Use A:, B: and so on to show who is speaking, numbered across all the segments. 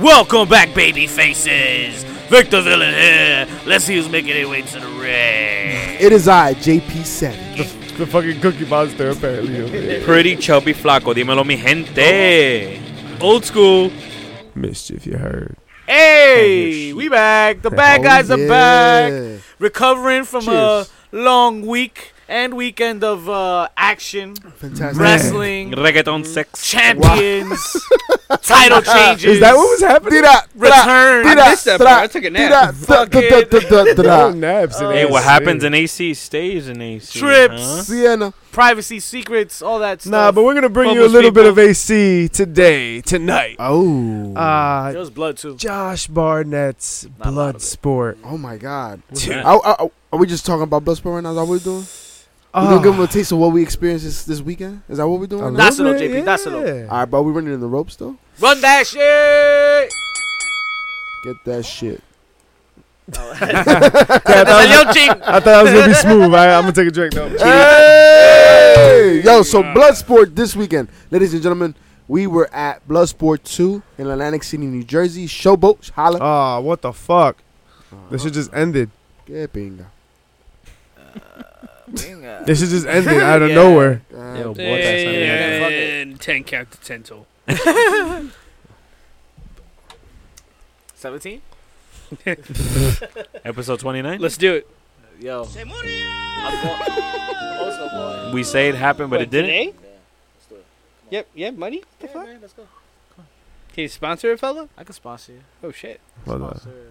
A: Welcome back, baby faces. Victor Villain here. Let's see who's making their way to the ring.
B: It is I, JP7.
C: The fucking cookie monster, apparently. over there.
D: Pretty chubby flaco, dímelo mi gente.
A: Old school.
C: Mischief, you heard.
A: Hey, we back. The bad guys
E: Oh,
A: are back.
B: Oh, Yeah.
A: Recovering from
B: Cheers.
A: a long week and weekend of uh, action,
B: Fantastic.
A: wrestling,
D: Reggaeton sex.
A: champions, title changes.
C: Is that what was happening?
B: Did I- did I-
A: return?
B: did
E: I missed that part. I took a nap.
B: did I-
E: Fuck
B: da-
E: it.
B: da- da- da- da-
C: Oh,
B: da.
C: naps and
D: Hey,
C: ass
D: uh, what happens
C: shit.
D: in AC stays in AC.
A: Trips.
D: huh?
B: Sienna.
A: Privacy, secrets, all that stuff.
C: Nah, but we're gonna bring you a
A: Homeless
C: little bit
A: people.
C: of AC today, tonight.
B: Oh.
A: there
C: Uh
A: was blood too.
C: Josh Barnett's
A: Not a lot of it.
C: Bloodsport.
B: oh my God.
C: Two.
B: Are, are, are we just talking about Bloodsport right now? Is that what we're doing? We're
C: Uh.
B: gonna give them a taste of what we experienced this, this weekend. Is that what we're doing?
C: A
B: right now?
A: That's
C: Ah, little
A: a little,
C: bit,
A: JP, that's a little.
C: yeah.
B: All right, but we running in the ropes though.
A: Run that shit.
B: Get that shit.
C: Yeah, I, thought I was,
A: Yo, Ching.
C: I thought I was gonna be smooth. I, I'm gonna take a drink though.
B: Hey! Yo, so Bloodsport this weekend, ladies and gentlemen, we were at Bloodsport two in Atlantic City, New Jersey. Showboat, holla.
C: Oh, what the fuck? This shit just ended.
B: Que pinga.
A: uh,
C: This shit just ended out of
A: Yeah.
C: nowhere.
B: God
D: Yo, boy, that's not
A: Yeah.
D: bad.
A: fuck
E: And ten character tento.
A: 17?
D: Episode 29.
E: Let's do it.
A: Yo. I'm going- Old school boy.
D: We say it happened, but it didn't.
E: Today? Yep. Yeah. Money. What the fuck?
A: let's go.
E: Can you sponsor a fella?
A: I can sponsor you.
E: Oh shit.
C: Hold on.
A: Sponsor.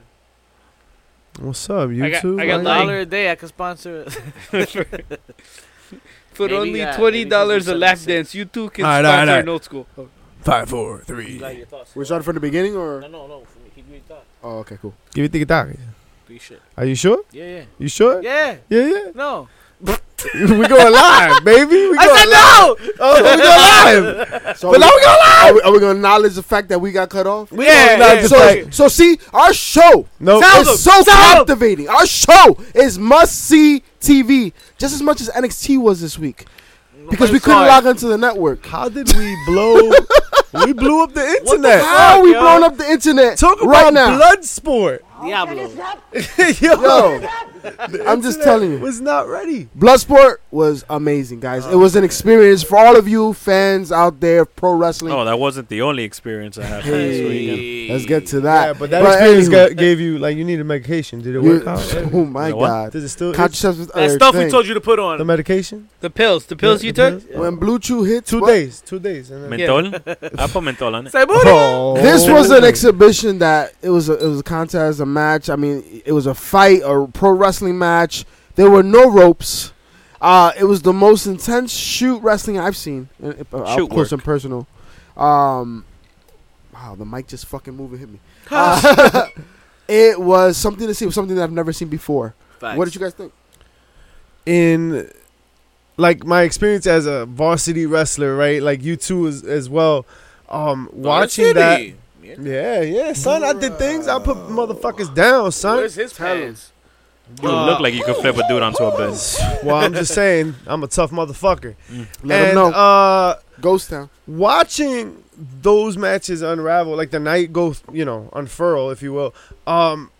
C: What's up,
E: I got-
C: YouTube?
E: I
A: A
E: got
C: Right?
E: like-
A: dollar a day, I can sponsor.
E: For
A: Maybe,
E: only
A: uh, maybe
E: twenty dollars a lap
A: 77
E: dance, you two can
C: All right, all right,
E: sponsor
C: all right.
E: an old school.
C: Five, four, three.
B: We're starting from the beginning, or
A: no, no. For me. Keep your thought.
B: oh, okay, cool.
C: Give it the guitar.
A: Do your shit.
C: Are you sure?
A: Yeah,
C: You sure?
A: yeah. Yeah.
C: Yeah, yeah.
A: No.
C: we going live, baby. We
A: I
C: going
A: said no!
C: Oh, we going live.
B: So
C: But now we going live.
B: are, we, are we gonna acknowledge the fact that we got cut off?
C: We
A: Yeah,
C: going live
A: yeah.
C: just
B: so,
C: like
B: so see, our show
C: no.
A: Tell them.
B: is so
A: Tell them.
B: captivating. Our show is must see TV just as much as NXT was this week because we couldn't log into the network.
C: How did we blow? we blew up the internet. Oh,
B: How are we
A: yo?
B: blowing up the internet
C: Talk
B: right
C: about
B: now?
C: blood sport.
A: Diablo.
C: Yo,
B: Yo, I'm just telling you.
C: was not ready.
B: Bloodsport was amazing, guys. It
C: Oh,
B: was an experience for all of you fans out there, of pro wrestling.
D: Oh, that wasn't the only experience I had.
B: Hey.
D: this weekend.
B: Let's get to that.
C: Yeah, but that experience
B: anywho,
C: got, gave you like you needed medication. Did it
B: you-
C: work out?
B: oh my
D: The what?
B: god,
C: Does it still? itch?
B: contraceptive.
A: That stuff we told you to put on.
C: the medication.
E: The pills. The pills
C: Yeah,
E: you
C: the
E: took.
C: pills?
B: When Blue Chew hits
C: Two
B: what?
C: days. Two days. And then,
D: Mentol? I put mentol on it.
A: Say booty.
C: Oh.
B: This was an exhibition that it was a, it was a contest, a match. I mean, it was a fight, a pro wrestling match. There were no ropes. Uh, it was the most intense shoot wrestling I've seen, uh, uh,
D: Shoot
B: of course,
D: work.
B: and personal. Um, wow, the mic just fucking moved and hit me. Uh, it was something to see. It was something that I've never seen before. What did you guys think?
C: in like my experience as a varsity wrestler, right? Like you too as, as well. Um, watching that, yeah, yeah, son. I did things. I put motherfuckers down, son.
A: Where's his pants?
D: You look like you could flip a dude onto a bed.
C: Well, I'm just saying, I'm a tough motherfucker.
B: Let
C: and
B: them know.
C: uh,
B: Ghost Town.
C: watching those matches unravel, like the night go, you know, unfurl, if you will. Um,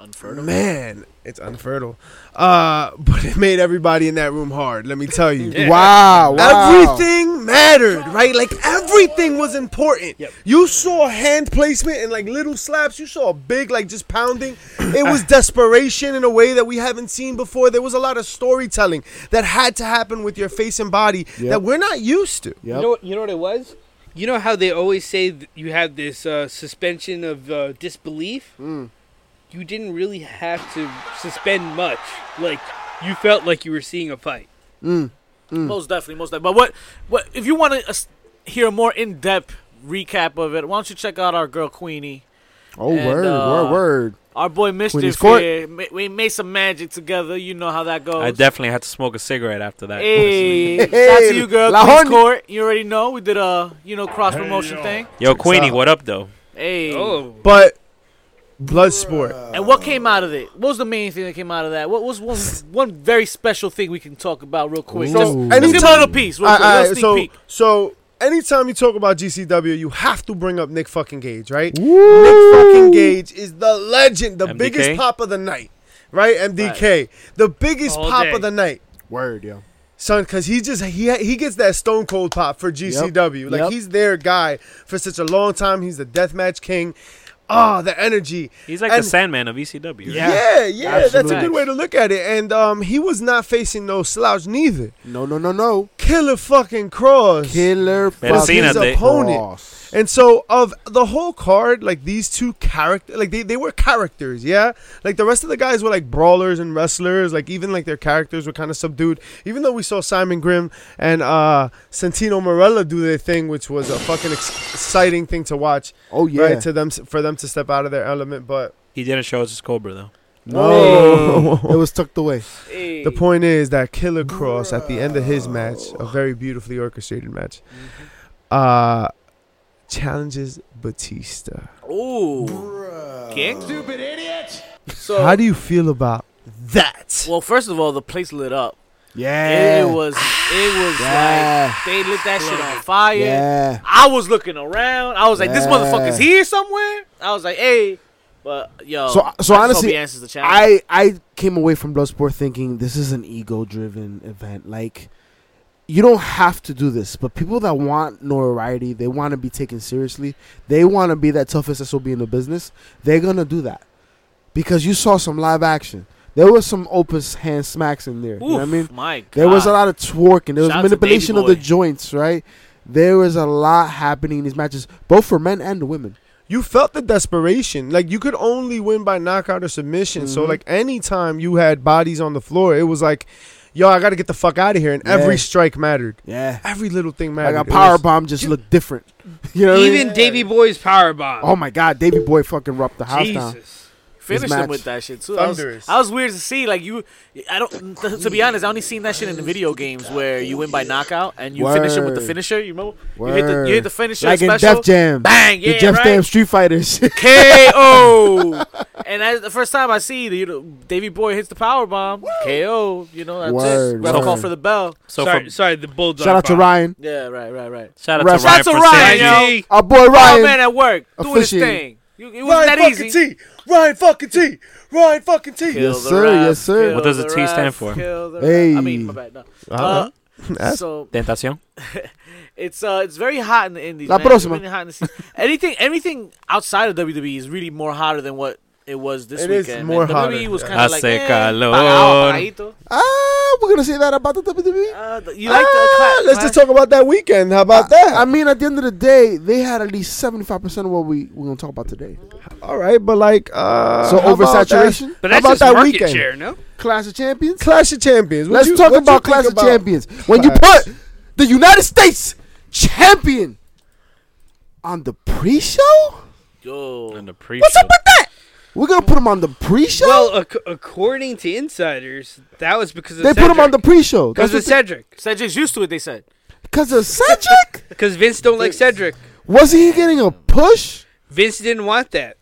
A: Unfertile.
C: man, it's unfertile. Uh, but it made everybody in that room hard. Let me tell you.
B: Wow, wow.
C: Everything mattered, right? Like everything was important. You saw hand placement and like little slaps. You saw big, like just pounding. It was desperation in a way that we haven't seen before. There was a lot of storytelling that had to happen with your face and body that we're not used to.
B: Yep.
E: You know what? You know what it was. You know how they always say th- you have this uh, suspension of uh, disbelief.
B: Mm.
E: You didn't really have to suspend much. Like you felt like you were seeing a fight.
B: Mm.
A: Most definitely, most definitely. But what, what? If you want to uh, s- hear a more in-depth recap of it, why don't you check out our girl Queenie,
B: Oh,
A: And,
B: word,
A: uh,
B: word, word.
A: our boy Mischief
B: Court.
A: here. Ma- we made some magic together. You know how that goes.
D: I definitely had to smoke a cigarette after that.
A: Hey,
B: Hey,
A: shout out to you, girl.
B: La
A: Queens
B: Horny.
A: Court. You already know we did a you know cross promotion thing.
D: Yo, Queenie,
C: out.
D: what up, though?
A: Hey,
E: Oh,
C: But Bloodsport.
A: and what came out of it? What was the main thing that came out of that? What was one one very special thing we can talk about real quick?
B: Ooh.
A: Just,
B: So,
A: just give a
C: anytime-
A: little piece. Real quick,
C: I- I-
A: little sneak
C: so
A: peek.
C: so anytime you talk about GCW, you have to bring up Nick fucking Gage, right?
B: Woo!
C: Nick fucking Gage is the legend, the
D: MDK?
C: biggest pop of the night, right? MDK, the biggest
E: All
C: pop
E: day.
C: of the night,
B: Word, yo.
C: son, because he just he he gets that stone cold pop for GCW. Like
B: Yep.
C: he's their guy for such a long time. He's the deathmatch king. Ah, the energy.
D: He's like
C: And-
D: the Sandman of ECW. right?
C: Yeah, yeah, that's a
B: Absolutely.
C: good way to look at it. And um, he was not facing no slouch neither.
B: No, no, no, no.
C: Killer fucking cross.
B: Killer
D: Man,
B: fucking
D: Cena did.
C: Opponent.
B: Cross.
C: And so of the whole card, like these two character, like they, they were characters, yeah. Like the rest of the guys were like brawlers and wrestlers. Like even like their characters were kind of subdued. Even though we saw Simon Grimm and uh Santino Morella do their thing, which was a fucking ex- exciting thing to watch,
B: Oh yeah.
C: right? To them for them to step out of their element. But
D: He didn't show us his Cobra though.
B: no, it was tucked away.
E: Hey.
C: the point is that Killer Cross at the end of his match, a very beautifully orchestrated match, uh challenges Batista.
A: Ooh. King? Stupid idiot. So,
C: How do you feel about that?
A: well, first of all, the place lit up.
B: Yeah.
A: It was, it was
B: Yeah.
A: like, they lit that shit on fire.
B: Yeah.
A: I was looking around. I was like, this
B: Yeah.
A: motherfucker's here somewhere. I was like, hey. But, yo.
B: So- so
A: I just hope
B: honestly,
A: he answers the challenge.
B: I I came away from Bloodsport thinking this is an ego driven event. Like, you don't have to do this, but people that want notoriety, they want to be taken seriously. They want to be that toughest SOB in the business. They're gonna do that because you saw some live action. There was some open hand smacks in there. You know what I
A: Oof,
B: mean,
A: my God.
B: There was a lot of twerking. There was
A: Shout out to
B: manipulation
A: Baby
B: of the
A: Boy.
B: joints, right? There was a lot happening in these matches, both for men and women.
C: you felt the desperation. Like you could only win by knockout or submission. So
B: Mhm.
C: like anytime you had bodies on the floor, it was like, yo, I gotta get the fuck out of here. And every
B: Yeah.
C: strike mattered.
B: Yeah.
C: Every little thing mattered.
B: Like a
C: It
B: power
C: was-
B: bomb just looked different. You know what I mean?
E: Even Davy Boy's power bomb.
B: Oh my god, Davy Boy fucking rubbed the house down.
E: Jesus.
A: Finish
B: This
A: him
B: match.
A: with that shit too. I was,
C: Thunderous.
A: I was weird to see like you. I don't. To be honest, I only seen that shit in the video games where you win by knockout and you finish him with the
B: Word.
A: finisher. You remember? You hit the you hit the finisher
B: Like in
A: special.
B: Def Jam.
A: Bang! Yeah,
B: the Def
A: right.
B: Jam Street Fighters.
A: KO. and that's the first time I see the you know, Davy Boy hits the power bomb. KO. You know that's
B: Word,
A: it. Ref
B: word.
A: call for the bell.
D: So
E: sorry,
D: from,
E: sorry, the bulldog.
B: Shout out to
E: bomb.
B: Ryan.
A: Yeah, right, right, right.
D: shout out
B: Ref-
D: to Ryan
A: Shout out to
D: for
A: Ryan,
D: saving
A: yo.
D: it.
E: Hey,
B: Our boy
A: Ryan,
B: Ryan.
A: man at work doing his
B: officiating.
A: thing. You, it
C: Ryan
A: wasn't that
C: fucking
A: easy.
C: T. Ryan fucking T. Ryan fucking T.
A: Kill
B: Yes,
A: the
B: sir,
A: ref,
B: yes, sir.
A: kill
D: What does the T
A: ref,
D: stand for?
A: kill the
B: Hey. Uh-huh.
A: ref. I mean, my bad. No. Uh, so
D: Tentacion.
A: it's uh, it's very hot in the Indies.
B: La
A: man. It's
B: próxima.
A: really hot in the scene. anything, anything outside of WWE is really more hotter than what it was this
C: It is
A: weekend.
C: more
A: and WWE
C: hotter,
A: was
C: yeah.
A: kind of like,
D: Hace
A: eh,
D: calor.
A: pagao, pagadito.
B: Ah, we're gonna say that about the WWE.
A: Uh, th- you like
B: Ah,
A: the clap?
C: let's just talk about that weekend. How
B: Uh,
C: about that?
B: I mean, at the end of the day, they had at least seventy five percent of what we we're gonna talk about today.
C: All right, but like, uh,
B: So
C: how about
B: oversaturation,
E: But
C: How
E: that's
C: about
E: just
C: that
E: market
C: weekend?
E: share, no?
B: Clash of Champions.
C: that? Clash of Champions. What
B: Let's
C: you-
B: talk
C: what you
B: about
C: think
B: Clash of
C: about-
B: Champions. When you
C: Clash.
B: put the United States champion on the pre-show,
A: Yo,
D: the pre
B: what's up with that? We're gonna put him on the pre-show.
E: Well, ac- according to insiders, that was because of
B: they put him on the
E: Cedric.
B: pre-show
E: because of Cedric.
A: Cedric's used to it. They said.
B: because of Cedric.
E: Because Vince don't like Cedric.
B: Was he getting a push?
E: Vince didn't want that.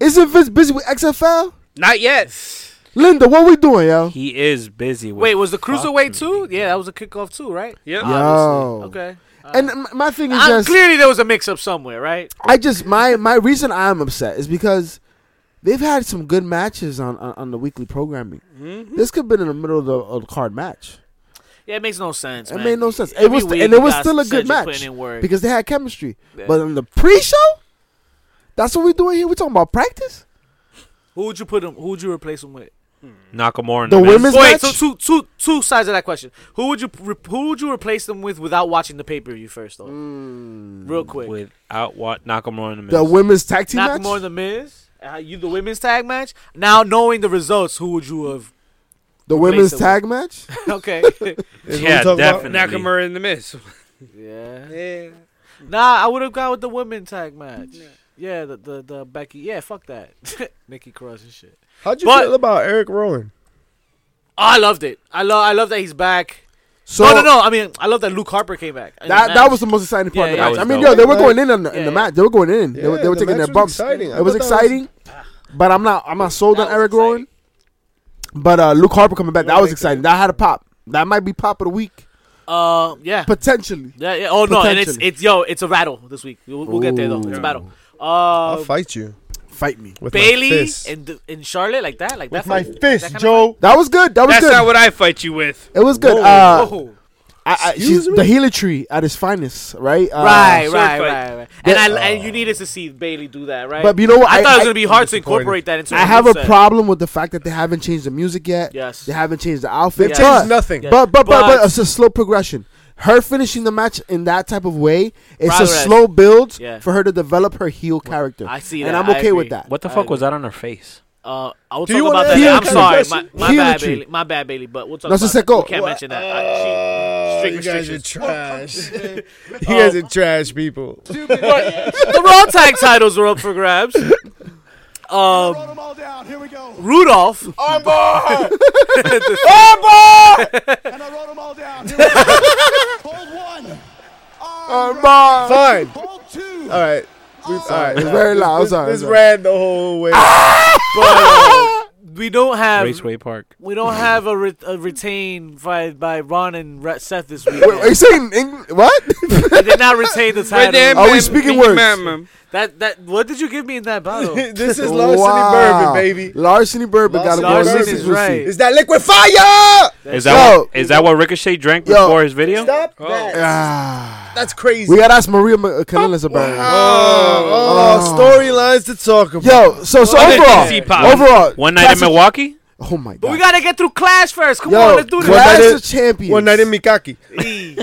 B: Isn't Vince busy with XFL?
E: Not yet.
B: Linda, what we doing, yo?
D: He is busy. With
A: Wait, was the cruiserweight
D: fucking-
A: too? Yeah, that was a kickoff too, right?
E: Yep.
B: Yo.
A: Okay.
B: And m- my thing is
A: I'm-
B: Oh. just,
A: clearly, there was a mix-up somewhere, right?
B: I just my my reason I'm upset is because they've had some good matches on on, on the weekly programming. This could have been in the middle of the, of the card match.
A: Yeah, it makes no sense.
B: It
A: man.
B: made no sense. It
A: Every
B: was- and
A: week
B: it
A: you
B: was
A: got
B: still a good
A: Cedric
B: match
A: putting in work.
B: because they had chemistry.
A: Yeah.
B: But in the pre-show, that's what we're doing here. We're talking about practice.
A: Who would you put him? Who would you replace him with?
D: Nakamura. And
B: The
D: the Miz.
B: women's
A: Wait,
B: match.
A: so two two two sides of that question. Who would you re- who would you replace them with without watching the pay per view first though?
B: Hmm.
A: Real quick,
D: without what Nakamura and the Miz.
B: the women's tag team match.
A: Nakamura and the Miz, uh, you the women's tag match. Now knowing the results, who would you have?
B: the
A: replace
B: women's
A: it
B: tag match.
A: okay,
C: Is what
D: yeah,
C: we talk about?
D: definitely.
E: Nakamura in the miss.
A: yeah. Nah, I would have gone with the women's tag match. Yeah, the, the the Becky. Yeah, fuck that, Nikki Cross and shit.
C: How'd you
A: But-
C: feel about Eric Rowan?
A: Oh, I loved it. I love I love that he's back.
B: So
A: oh no no, I mean I love that Luke Harper came back. in the
B: that that
A: match.
B: was the most exciting part
A: Yeah,
B: of
D: yeah,
B: the match. I
D: that
B: mean,
D: was
B: yo, they
C: dope.
B: were going in on the, in
A: Yeah,
B: the
A: yeah.
B: match. They were going in. they were,
C: Yeah,
B: they were
C: the
B: taking
C: match
B: their bumps.
C: exciting. I
B: it was
C: thought that
B: exciting, but I'm not I'm not sold
A: That
B: on
A: was
B: Eric
A: exciting.
B: Rowan. But uh, Luke Harper coming back,
C: I
B: that was
C: like
B: exciting. That had a pop. That might be pop of the week.
A: Uh, yeah.
B: potentially.
A: Yeah, yeah. Oh no, and it's
B: Potentially.
A: it's yo, it's a rattle this week. We'll, we'll get there though. It's a
B: Ooh.
A: battle.
C: I'll
A: Uh,
C: fight you
B: Fight me.
C: with my
A: Bailey
C: fist.
A: and and Charlotte like that, like
C: with
A: that.
C: my
A: fight?
C: fist,
A: kind of
C: Joe.
B: That was good. That was
E: That's
B: good.
E: not what I fight you with.
B: it was good.
C: Whoa,
B: uh,
E: Oh.
A: Whoa.
B: I, I,
C: Excuse
B: she's
C: me?
B: the Gila tree at its finest, right? Uh,
A: right,
E: sword
A: right,
E: fight.
A: right, right. And
B: Yeah.
A: I and you needed to see Bailey do that, right?
B: But you know what?
A: I,
B: I,
A: thought it was
B: I-
A: gonna be hard to
C: disappointed.
A: incorporate that into.
B: I have a
A: set.
B: problem with the fact that they haven't changed the music yet.
A: Yes.
B: They haven't changed the outfit.
C: They've
A: Yeah.
B: but,
C: changed nothing.
A: Yeah.
B: but, but, but,
A: But-
B: but it's a slow progression. Her finishing the match in that type of way, it's a
A: Progress.
B: slow build
A: Yeah.
B: for her to develop her heel character.
A: I see that.
B: and I'm
A: I
B: okay with
A: agree.
B: that.
D: What the
A: I
D: fuck was
A: agree.
D: that on her face?
A: Uh, I will
C: Do
A: talk
C: you
A: about
C: wanna
A: that.
B: ask
A: I'm
B: another
A: sorry, my,
C: question?
A: my
B: Heel
A: bad,
B: tree.
A: Bailey. My bad, Bailey. But we'll talk
B: No,
A: about
B: so
A: that.
B: Seko-
A: We can't mention that. Uh,
C: Oh,
A: strict
C: you guys are
A: restrictions.
C: trash. you guys are trash people.
A: she- the Raw tag titles were up for grabs. Um, Rudolph.
C: Uh, Fine. All right. We- all right.
B: It's very loud. I'm sorry.
C: This
B: I'm sorry.
C: ran the whole way.
A: We don't have
D: Raceway Park.
A: we don't have a, re- a retain by by Ron and Re- Seth this week.
B: Wait, are you saying Eng- what?
A: They did not retain the title.
B: Are we speaking words?
A: That that what did you give me in that bottle?
C: this is Larceny Bourbon, baby.
B: Larceny Bourbon got to
C: Larceny
B: go.
C: Bourbon
B: Reese's
C: is
B: Lucy.
A: right.
C: Is that liquid fire?
D: Is
B: Yo.
D: that what, is that what Ricochet drank
B: Yo.
D: before his video?
C: Stop
E: Oh.
C: that.
B: Ah,
C: That's crazy.
B: we gotta ask Maria Ma- Canellas about it.
C: Oh, oh, storylines to talk about.
B: Yo, so so
E: Other
B: overall,
E: DC pop.
B: overall,
D: One night
B: Clash
D: in
B: of-
D: Milwaukee.
B: Oh my god!
A: But we gotta get through Clash first. Come
B: Yo,
A: on, let's do this.
C: One
B: Clash
C: night in-
B: of Champions.
C: One night in Mikaki.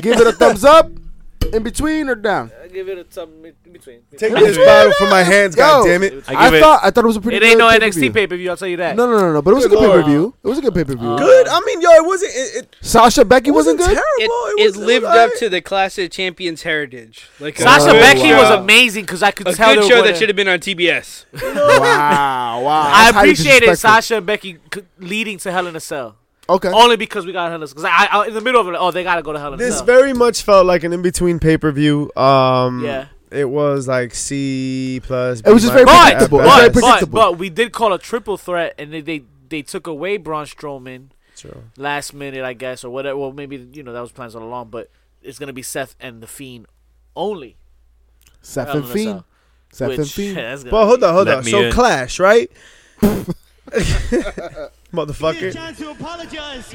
B: Give it a thumbs up, in between or down.
A: give it a something in between.
C: Take this bottle from my hands,
B: Yo.
C: God damn it.
D: I give it-
B: thought I thought it was a pretty.
A: It
B: good
A: ain't no
B: pay-per-view.
A: NXT pay per view. I'll tell you that.
B: No, no, no, no. But it was a
C: Good
B: good pay per
C: lord.
B: view. It was a good pay per view.
C: Good. I mean, yo, it wasn't. It, it
B: Sasha Becky wasn't good.
E: It,
C: terrible.
E: it
C: was-
E: lived
C: was
E: up
C: alright.
E: to the Clash of Champions heritage. Like uh, a
A: Sasha
E: good
A: Becky
E: show.
A: was amazing because I could
E: A
A: tell
E: good
A: they
E: show
A: were
E: that
A: gonna-
E: should have been on TBS.
B: Wow, wow.
A: I
B: That's highly
A: appreciated
B: disrespectful.
A: Sasha and Becky c- leading to Hell in a Cell
B: Okay.
A: only because we got Hell in a Cell. Because I, I, in the middle of it, oh, they gotta go to Hell in a
C: This
A: Cell.
C: very much felt like an in between pay per view. Um,
A: Yeah.
C: It was like C plus.
B: It was just
C: B
B: very
C: minus
A: but,
B: predictable.
C: at
B: It's
C: best.
A: but,
B: very
A: but,
B: predictable.
A: but we did call a triple threat, and they they, they took away Braun Strowman
C: True.
A: last minute, I guess, or whatever. Well, maybe you know that was plans all along, but it's gonna be Seth and the Fiend only.
B: Seth
A: Hell in
B: and
A: a
B: Fiend. Seth
A: Cell,
B: and
A: which-
B: Fiend.
A: that's gonna
C: But hold
A: be-
C: on, hold
D: Let
C: on.
D: me
C: So
D: in.
C: Clash, right? Motherfucker,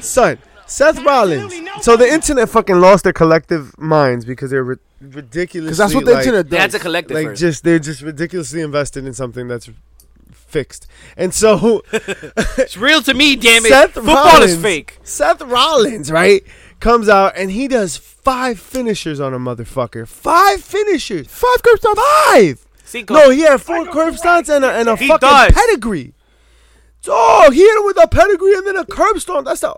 C: son, Seth Rollins. So the internet fucking lost their collective minds because they're ri- ridiculously.
B: Because that's what the
C: like,
B: internet
A: They had to
B: does.
A: collect it
C: like
A: first.
C: just they're just ridiculously invested in something that's fixed. And so
E: It's real to me, damn it.
C: Seth
A: Football
C: Rollins,
A: is fake.
C: Seth Rollins, right, comes out and he does five finishers on a motherfucker. Five finishers. Five curb stomps. Five.
A: Cinco.
C: No, he had four curb stomps and a, and a
A: He
C: fucking
A: does.
C: pedigree. Dog, he hit him with a pedigree and then a curb stomp. That's a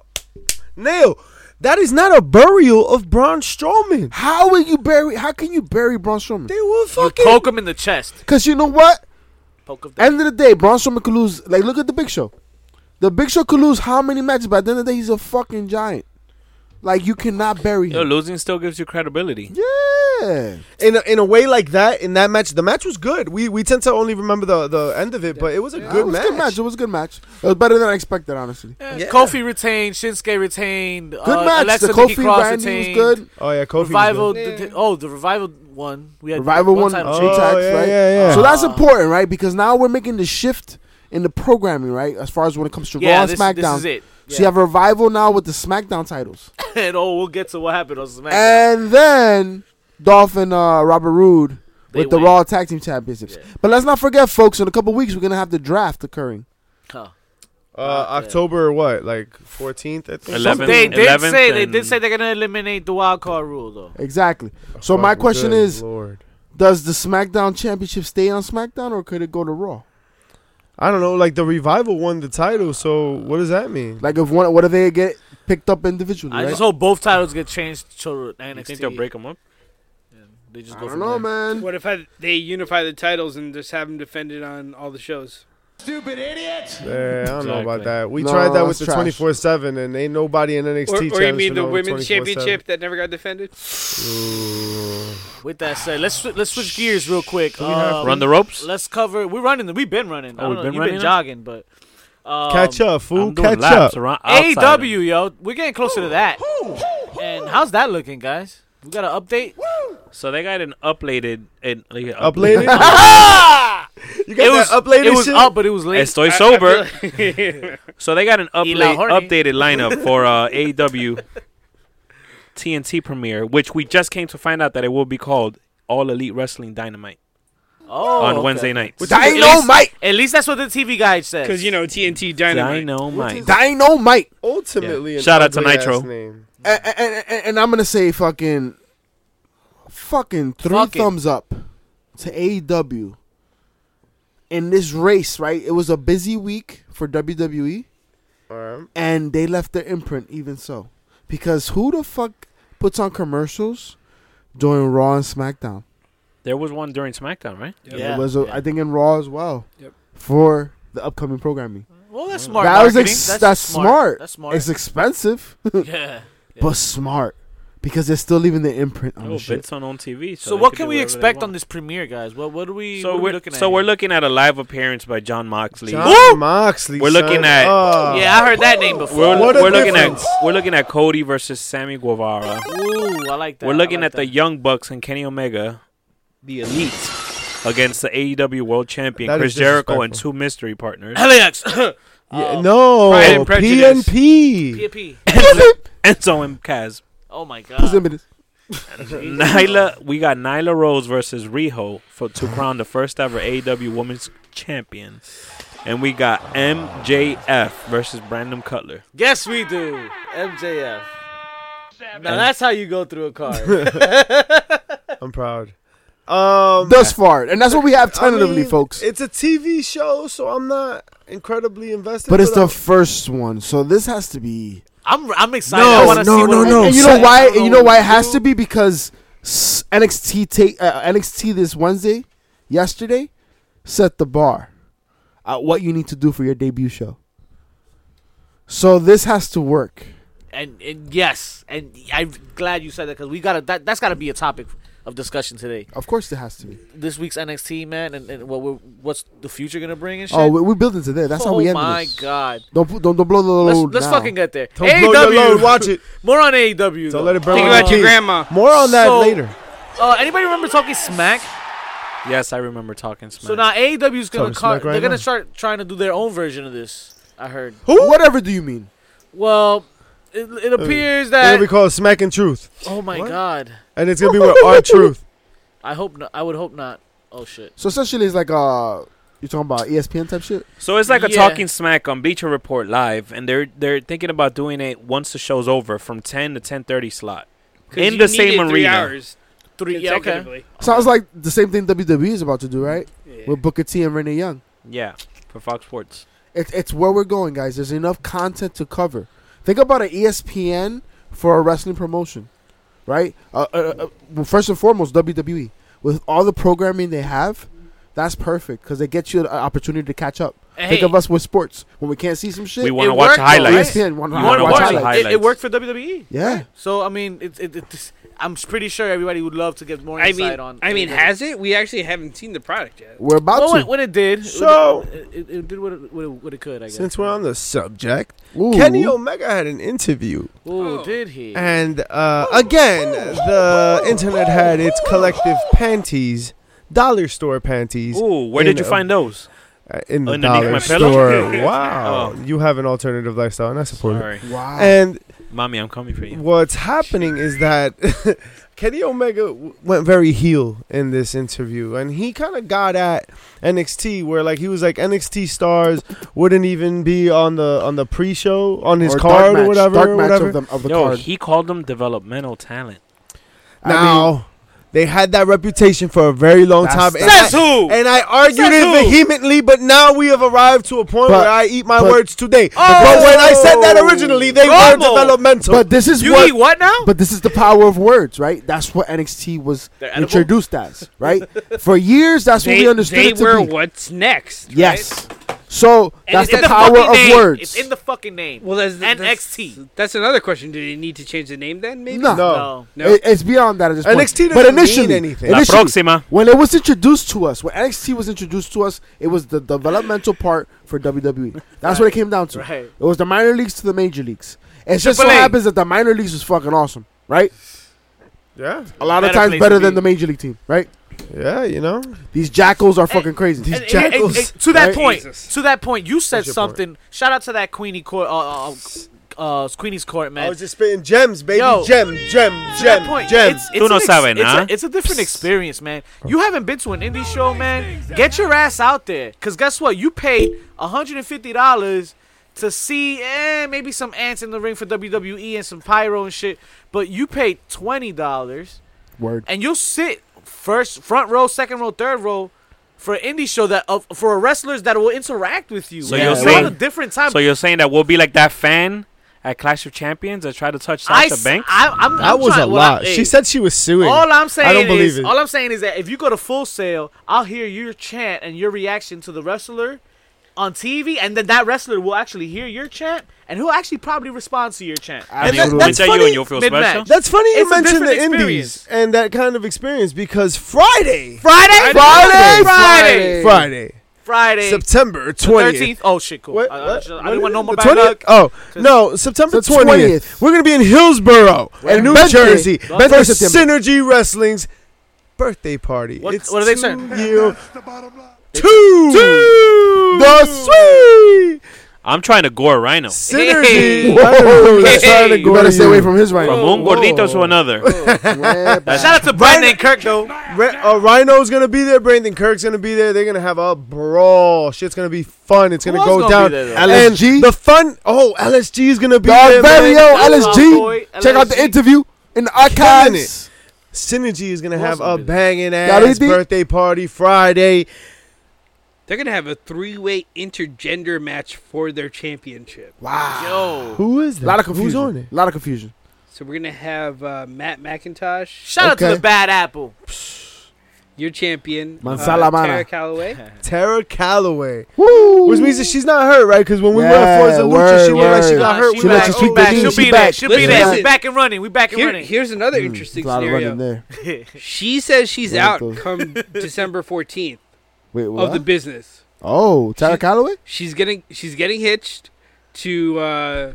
C: nail. That is not a burial of Braun Strowman.
B: How will you bury? How can you bury Braun Strowman?
C: They were
A: You
C: fucking.
A: poke him in the chest.
B: Because you know what?
A: Poke him.
B: End of the day, Braun Strowman could lose. Like, look at the Big Show. The Big Show could lose how many matches? By the end of the day, he's a fucking giant. Like, you cannot bury
D: Yo,
B: him.
D: losing still gives you credibility.
B: Yeah.
C: in a, in a way like that in that match the match was good we we tend to only remember the the end of it but it was a
B: it
C: good,
B: was
C: match.
B: a good match. It was a good match. It was better than I expected, honestly.
A: Yeah.
C: Yeah.
A: Kofi retained. Shinsuke retained.
B: Good
A: uh,
B: match.
A: Alexa
B: the
A: Nikki
B: Kofi
A: Cross
B: Randy
A: retained.
B: was good.
C: oh yeah Kofi was
A: Revival.
C: good.
A: the- the- oh, the revival one. We had
B: Revival won
A: title
C: Oh,
A: change.
B: tags,
C: yeah,
B: right?
C: yeah, yeah.
B: So that's
A: Uh,
B: important, right? Because now we're making the shift in the programming, right? As far as when it comes to Raw
A: yeah,
B: and
A: this,
B: SmackDown.
A: this is it.
B: So you have a revival now with the SmackDown titles.
A: and oh, we'll get to what happened on SmackDown.
B: And then Dolphin uh, Robert Roode
A: They
B: with the
A: win.
B: Raw Tag Team Championships.
A: Yeah.
B: But let's not forget, folks, in a couple weeks, we're going to have the draft occurring.
A: Huh.
C: uh, October what like 14th I think
D: Eleven.
A: They did
D: 11th
A: say they did
D: and-
A: say they're gonna eliminate the wild card rule though.
B: Exactly. So my
C: Fucking
B: question
C: good
B: is,
C: Lord.
B: does the SmackDown Championship stay on SmackDown or could it go to Raw?
C: I don't know like the revival won the title so what does that mean
B: Like, if one, what do they get picked up individually?
A: I
B: right?
A: just hope both titles get changed to NXT.
D: You think they'll break them up?
A: They just
B: I
A: go
B: don't
A: from
B: know,
A: there.
B: man.
E: What if I, they unify the titles and just have them defended on all the shows?
C: yeah, Eh, I don't know about
D: Exactly.
C: that we
B: No,
C: tried that with
B: that's
C: the
B: trash.
C: 24 7 and ain't nobody in NXT
E: Or, or you
C: challenged
E: mean
C: for
E: the
C: no
E: women's
C: 24/7.
E: championship that never got defended?
C: Ooh.
A: With that said, let's swi- let's switch gears real quick. Um,
D: Run the ropes.
A: Let's cover. We're running. We've been running. I
D: Oh,
A: don't
D: we've
A: know,
D: been
A: You've
D: running
A: been
D: now?
A: jogging, but um,
C: catch up fool
D: Um, I'm doing
C: catch
D: laps
C: up
D: around outside
A: AW,
D: him.
A: yo, we're getting closer to that. And And how's that looking, guys? We got an update.
D: So they got an uplated and like, an
C: Up lady? you got
D: It was-
C: that up lady
A: It was
C: shit?
A: up, but it was late.
D: Estoy sober. so they got an
A: Eli
D: upla-
A: Horny.
D: updated lineup for uh, AEW TNT premiere, which we just came to find out that it will be called All Elite Wrestling Dynamite
A: Oh,
D: on
A: okay.
D: Wednesday nights.
B: Dynamite,
A: At least that's what the TV guide says.
E: Because you know TNT Dynamite.
D: Dynamite.
B: Dynamite,
C: Ultimately,
D: Yeah.
C: an
D: Shout out to
C: ugly-ass
D: Nitro.
C: name.
B: and, and, and, and I'm gonna say fucking, fucking three
A: Fuck it.
B: thumbs up to AEW. In this race, right? It was a busy week for WWE,
C: All right.
B: and they left their imprint. Even so, because who the fuck puts on commercials during Raw and SmackDown?
D: There was one during SmackDown, right?
A: Yeah.
B: It was, a, I think, in Raw as well.
E: Yep.
B: For the upcoming programming,
A: well,
D: Mm.
A: that's smart.
B: That was
A: marketing.
B: ex-
A: that's,
B: that's smart.
A: That's smart.
B: it's expensive.
A: yeah.
B: but smart because they're still leaving their imprint on
D: Oh,
B: the shit.
D: Vince on on TV. So,
A: So,
D: they
A: what
D: could
A: can
D: do
A: we
D: whatever they
A: expect
D: want.
A: on this premiere, guys? What what are we,
D: So
A: what are we
D: we're
A: looking at?
D: so
A: here?
D: we're looking at a live appearance by John Moxley.
C: John Moxley.
D: We're looking
C: son.
D: at-
C: Oh.
A: Uh, yeah, I heard that name before.
D: We're,
C: What a
D: we're looking at
C: difference.
D: we're looking at Cody versus Sammy Guevara.
A: Ooh, I like that.
D: We're
A: I
D: looking
A: like
D: at the
A: that.
D: Young Bucks and Kenny Omega, the Elite, against the AEW World Champion
C: That is
D: Chris Jericho and
C: disrespectful.
D: two mystery partners,
A: LAX.
C: Yeah,
A: Um,
C: no,
D: Pride and Prejudice.
C: PNP.
A: PFP.
D: Enzo and Kaz.
A: Oh my
B: Who's
A: god.
B: in it?
D: Nyla, we got Nyla Rose versus Riho for to crown the first ever AEW Women's Champion, and we got MJF versus Brandon Cutler.
A: Yes, we do. MJF. Now that's how you go through a card.
C: I'm proud. Um,
B: Thus far, and that's what we have
C: I mean,
B: tentatively, folks.
C: It's a TV show, so I'm not incredibly invested.
B: But it's the
C: I'm-
B: first one, so this has to be.
A: I'm I'm excited.
C: No,
A: I want to
C: no,
A: see
C: no,
A: what
B: And-
C: no.
B: and you know
C: so- I
B: why?
C: don't
B: and you
C: know
B: know why
C: what to
B: it has
C: do.
B: to be because s- NXT take uh, NXT this Wednesday, yesterday, set the bar at what you need to do for your debut show. So this has to work.
A: And, and yes, and I'm glad you said that because we gotta that that's gotta be a topic of discussion today.
B: Of course, it has to be.
A: This week's NXT man, and, and what we're, what's the future gonna bring and shit.
B: Oh, we, we build into there. That's how we
A: Oh
B: end
A: my
B: this.
A: god.
B: Don't pu- don't don't blow the
A: Let's,
B: load.
A: let's
B: now.
A: fucking get there.
C: Don't blow your
A: AEW.
C: load. Watch it.
A: More on AEW.
C: Don't
A: though.
C: let it burn
E: Think
C: Oh,
E: about your
C: geez.
E: grandma.
C: More on that
A: So-
C: later.
A: Uh, anybody remember talking smack?
D: Yes, I remember talking smack.
A: So now AEW's gonna
C: Talking
A: car-
C: smack right
A: they're gonna
C: now.
A: start trying to do their own version of this. I heard.
B: Whatever do you mean?
A: Well, it, it appears
C: It's
A: that
C: gonna be called Smack and Truth,
A: oh my
C: What?
A: god,
C: and it's gonna be with our Truth.
A: I hope not. I would hope not. Oh shit.
B: So essentially, it's like uh, you're talking about ESPN type shit.
D: So it's like a
A: Yeah.
D: talking smack on Bleacher Report live, and they're they're thinking about doing it once the show's over from ten to ten thirty slot.
E: 'Cause
D: In
E: you
D: the
E: need
D: same
E: it three
D: arena.
E: hours
A: Three. Yeah. Okay.
E: consecutively.
B: Sounds like the same thing WWE is about to do, right?
E: Yeah.
B: With Booker T and Renee Young.
D: Yeah, for Fox Sports.
B: It, it's where we're going, guys. There's enough content to cover. Think about E an ESPN for a wrestling promotion, right? Uh, uh, uh, well, first and foremost, WWE with all the programming they have. That's perfect because it gets you an opportunity to catch up.
A: Hey,
B: Think of us with sports when we can't see some shit. oh,
D: We
B: E
D: want to
A: It
D: watch
A: worked,
D: the
A: though,
D: highlights.
B: ESPN want
D: You
B: to
D: wanna
B: watch
D: watch the
B: highlights.
A: it, it
D: highlights.
A: worked for E. WWE.
B: Yeah,
A: So I mean, it, it, it, I'm pretty sure everybody would love to get more
E: I
A: insight
E: mean,
A: on.
E: I mean,
A: AEW.
E: has it? We actually haven't seen the product yet.
B: we're about
A: well,
B: to.
A: when, when it did,
C: So-
A: it, it, it did what it, what it, what it could. I guess.
C: Since we're on the subject,
B: Ooh.
C: Kenny Omega had an interview,
A: Ooh,
E: Oh.
A: did he?
C: and uh, again, the internet had its collective panties, dollar store panties.
D: Ooh, where did you
C: In,
D: find those?
C: uh, in the
D: Underneath
C: dollar
D: my pillow?
C: store. wow,
D: Oh.
C: you have an alternative lifestyle, and I support it.
D: Sorry,
B: Wow.
C: And
D: uh, mommy, I'm coming for you.
C: what's happening is that Kenny Omega w- went very heel in this interview, and he kind of got at NXT, where like he was like NXT stars wouldn't even be on the on the pre-show on his
B: Or dark
C: card
B: match-
C: or whatever.
B: Dark
C: or
B: match
C: whatever.
B: of the, of the
D: Yo,
B: card.
D: he called them developmental talent.
B: I
C: now they had that reputation for a very long
B: That's-
C: time, and
B: that's
C: I,
D: who?
C: and I argued
D: Says
C: it
D: who?
C: vehemently. But now we have arrived to a point
B: But-
C: where I eat my
B: but-
C: words today.
A: Oh!
C: but when I said that originally, they were
A: Rommel!
C: developmental.
B: but this is
A: you
B: what.
A: eat what now?
B: But this is the power of words, right? That's what NXT was
A: They're edible?
B: introduced as, right? For years, that's what
E: They,
B: we understood
E: they
B: it to
E: were
B: be.
E: what's next. right?
B: Yes. So
A: And
B: that's
A: it's
B: the
A: in
B: power
A: fucking
B: of
A: name.
B: words.
A: It's in the fucking name.
E: Well, that's that's-
A: NXT.
E: That's another question. Do they need to change the name then? Maybe.
B: No.
C: No.
A: No.
E: No.
B: It- it's beyond that at this point.
C: NXT
B: but
C: doesn't mean
B: initially,
C: anything.
D: La
B: initially,
D: próxima.
B: when it was introduced to us, when NXT was introduced to us, it was the developmental part for WWE. That's what it came down to.
A: Right.
B: It was the minor leagues to the major leagues. It just so
A: Triple A.
B: happens that the minor leagues was fucking awesome. right?
C: Yeah,
B: A lot of
A: Better
B: times
A: place
B: better
A: to
B: than
A: be.
B: the major league team, right?
C: yeah, you know.
B: These jackals are fucking crazy.
A: And- and- and-
C: jackals,
A: and to that
B: right?
A: point,
E: Jesus.
A: to that point, you said
C: That's your point.
A: something. Shout out to that Queenie court, uh, uh, uh, Queenie's court, man.
C: I was just spitting gems, baby.
A: Yo.
C: gem, gem,
A: to
C: gem,
A: that point,
C: gem.
A: It's,
D: Tú
A: it's,
D: no
A: an ex-
D: sabes
A: it's, a,
D: nada.
A: it's a different experience, man. You haven't been to an indie show, man. Get your ass out there, cause guess what? You paid hundred and fifty dollars to see eh, maybe some ants in the ring for WWE and some pyro and shit, but you paid twenty dollars
B: Word.
A: and you'll sit first front row, second row, third row. For an indie show that of for wrestlers that will interact with you,
D: So
A: man.
B: you're
A: it's
B: saying-
A: not a different time.
D: So you're saying that we'll be like that fan at Clash of Champions that tried to touch
A: I,
D: Sasha Banks?
A: I, am
C: That was a lot. She said she was suing.
A: All I'm saying
C: I don't believe
A: is,
C: it.
A: all I'm saying is that if you go to Full Sail, I'll hear your chant and your reaction to the wrestler on TV, and then that wrestler will actually hear your chant, and he'll actually probably respond to your chant.
D: And
C: that-
D: they'll
C: that's
D: look at you
C: funny.
D: and you'll feel
A: Mid-match.
D: special.
C: That's funny you
A: It's a
C: mentioned the
A: different
C: indies
A: experience.
C: and that kind of experience because Friday,
A: Friday,
B: Friday,
A: Friday,
C: Friday,
A: Friday,
C: September twentieth. Uh,
A: thirteenth. Oh shit, cool.
C: What-
A: I, I
C: what-
A: just- I
C: what
A: didn't
C: is
A: want no
C: it?
A: more
C: The
A: bad luck.
C: Oh no, September
B: The 20th.
C: twentieth. We're gonna be in Hillsborough, in New
B: Birthday.
C: Jersey, for
B: Birthday September.
C: Synergy Wrestling's birthday party.
A: What-
C: it's
A: what are they
C: two
A: saying?
C: year- two,
B: The
C: sweet
D: I'm trying to gore Rhino.
C: Synergy.
B: Whoa.
C: Who's trying to
B: You
C: go
B: better stay
C: you.
B: away from his right
D: From
B: now.
D: one gordito to another.
B: Way back.
A: Shout out to Brandon Kirk though.
C: Re- uh, Rhino's gonna be there. Brandon Kirk's gonna be there. They're gonna have a brawl. Shit's gonna be fun. It's gonna
A: else
C: go
A: gonna be
C: down.
A: there, though?
B: LSG?
C: And the fun. Oh, LSG is gonna be
B: Our
C: there.
B: very
C: man.
B: own
A: That's my boy,
B: LSG. Check out the
A: LSG.
B: interview in the archives.
C: Synergy is gonna
A: Who
C: have
A: else
C: a
A: gonna be there?
C: banging
B: Gotta
C: ass
B: be-
C: birthday party Friday.
E: They're gonna have a three-way intergender match for their championship.
B: Wow.
A: Yo,
C: Who is that?
B: A lot of
C: Who's
B: confusion.
C: on it?
B: A lot of confusion.
E: So we're gonna have uh, Matt McIntosh,
A: shout out
B: Okay.
A: to the Bad Apple.
E: your champion, uh,
B: Mansalamana.
E: Tara Calloway.
C: Tara Calloway.
B: Woo.
C: Which means that she's not hurt, right? Because when we
B: Yeah,
C: went to Forza Lucha, she looked like oh, she
B: word,
C: got
A: Nah,
C: hurt.
A: she
C: with
B: let
A: back.
B: you
C: that
B: speak
A: She
C: old
A: back.
B: the
A: She'll
B: news.
A: be
B: She
A: there.
B: back.
A: She'll be there.
E: Listen.
A: We back and running. We back and
E: Here,
A: running.
E: here's another interesting
B: There's a lot of running
E: scenario.
B: there.
E: She says she's
B: Yeah,
E: out
B: those-
E: come December 14th
B: Wait,
E: of the
B: what?
E: business.
B: Oh, Tara
E: She-
B: Calloway?
E: She's getting she's getting hitched to uh,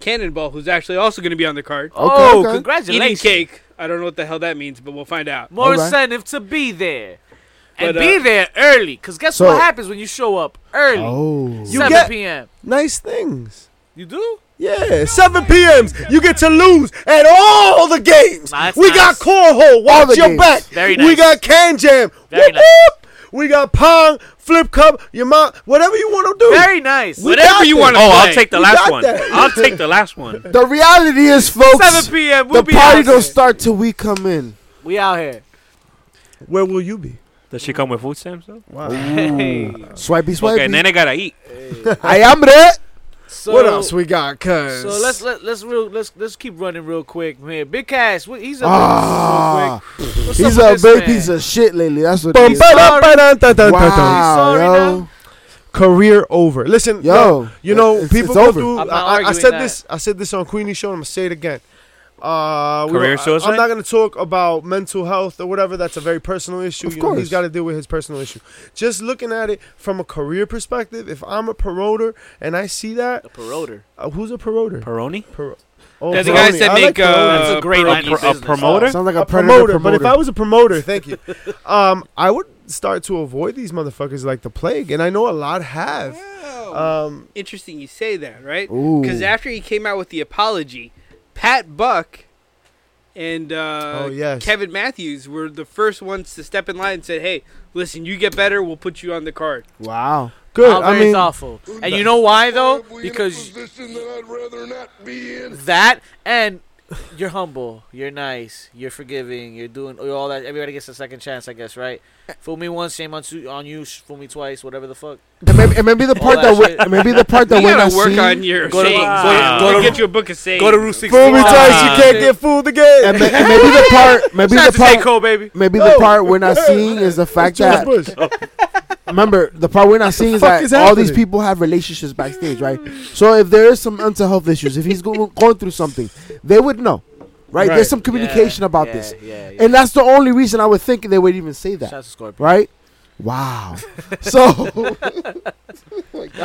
E: Cannonball, who's actually also going to be on the card.
A: Oh,
B: okay.
E: Eating
A: congratulations.
E: cake. I don't know what the hell that means, but we'll find out.
A: More
B: Alright.
A: incentive to be there. And
E: But, uh,
A: be there early. Because guess
B: So-
A: what happens when you show up early?
B: Oh.
A: 7
C: get-
A: p.m.
C: Nice things.
A: You do?
C: Yeah, 7 p.m.s. You get to lose at all the games.
A: Nah, that's
C: we
A: nice.
C: got cornhole.
B: All the
C: Watch your
B: games.
C: back.
A: Very
C: We
A: nice.
C: got can jam.
A: Very
C: Whoop,
A: nice.
C: whoop. We got pong, flip cup, your mom, whatever you want to do.
A: Very nice.
C: We
E: Whatever
C: got
E: you
C: this.
E: wanna
D: Oh,
E: play.
D: I'll take the
C: We
D: last
C: got
D: one.
C: that.
D: I'll take the last one.
B: The reality is, folks,
A: 7 p.m. We'll
B: the
A: be
B: party
A: out
B: don't
A: here.
B: start till we come in.
A: We out here.
C: Where will you be?
D: Does she come with food stamps though?
B: Mm.
A: Hey.
B: Swipey, swipey.
D: Okay, Nene gotta eat.
B: I am there.
A: So,
C: what else we got, cuz?
A: So let's let, let's real let's let's keep running real quick, man. Big Cash, wh- he's a
B: Ah,
A: real quick. What's
B: he's
A: up
B: a
A: with this
B: big
A: man?
B: piece of shit lately. That's what.
C: Bum,
B: It is.
A: Sorry.
C: ba-dum, ba-dum, da-dum, da-dum.
A: sorry
B: Wow,
C: Career over. Listen,
B: yo, yo,
C: You know,
B: it's,
C: people
B: it's
C: go
B: over.
C: through.
A: I'm not
C: I, I- I
A: arguing
C: said
A: that.
C: this. I said this on Queenie's show. and I'm gonna say it again. Uh, we
D: Career
C: don't- I-
D: suicide?
C: I'm not gonna talk about mental health or whatever. That's a very personal issue.
B: Of
C: you know, he's
B: course.
C: got to deal with his personal issue. Just looking at it from a career perspective, if I'm a promoter and I see that,
A: The promoter.
C: uh, who's a promoter?
D: Peroni?
C: Pro- oh,
E: They're the
C: Peroni.
E: guys that
C: I like
E: make
C: Peroni.
E: uh,
A: That's a great
E: pro-
A: idea.
D: Pro- a
A: business.
D: promoter?
B: Sounds like
C: a
B: a predator.
C: promoter,
B: promoter.
C: But if I was a promoter, thank you, um, I would start to avoid these motherfuckers like the plague. And I know a lot have.
E: Wow.
C: Um,
E: Interesting you say that, right?
B: Ooh.
E: Because after he came out with the apology, Pat Buck and uh,
C: Oh, yes.
E: Kevin Matthews were the first ones to step in line and said, "Hey, listen, you get better, we'll put you on the card."
B: wow,
C: good.
A: How
C: I
A: very
C: mean,
A: thoughtful. And you know why though?
F: Probably
A: Because
F: in a position that I'd rather not be in.
A: that and you're humble, you're nice, you're forgiving, you're doing you're all that. Everybody gets a second chance, I guess, right? Fool me once, shame on, su- on you. sh- Fool me twice, whatever the fuck.
B: and maybe, and maybe the part that,
A: that shit.
B: that and maybe the part that
E: you
B: when I
E: gotta work
B: see,
E: on your
A: Go to-
E: sayings.
D: go to-
E: man.
D: go
E: We'll
D: to-
E: get you a book of sayings.
A: Go to Route 16.
C: Fool me twice, you
A: Ah,
C: can't
A: shit.
C: get fooled again.
B: and, ma- and maybe the part, maybe
A: Shout out
B: the
A: to J.
B: part,
A: Cole, baby.
B: maybe
C: No.
B: the part we're not seeing is the fact
C: George
B: that
C: Bush.
B: remember the part we're not seeing is
C: fuck
B: that
C: is
B: all these
C: happening?
B: people have relationships backstage, right? So if there is some mental health issues, if he's go- going through something, they would know, right?
C: Right.
B: There's some communication
A: Yeah,
B: about
A: yeah,
B: this,
A: Yeah, yeah.
B: and that's the only reason I would think they would even say that.
A: Shout out to Scorpio.
B: right? Wow. so,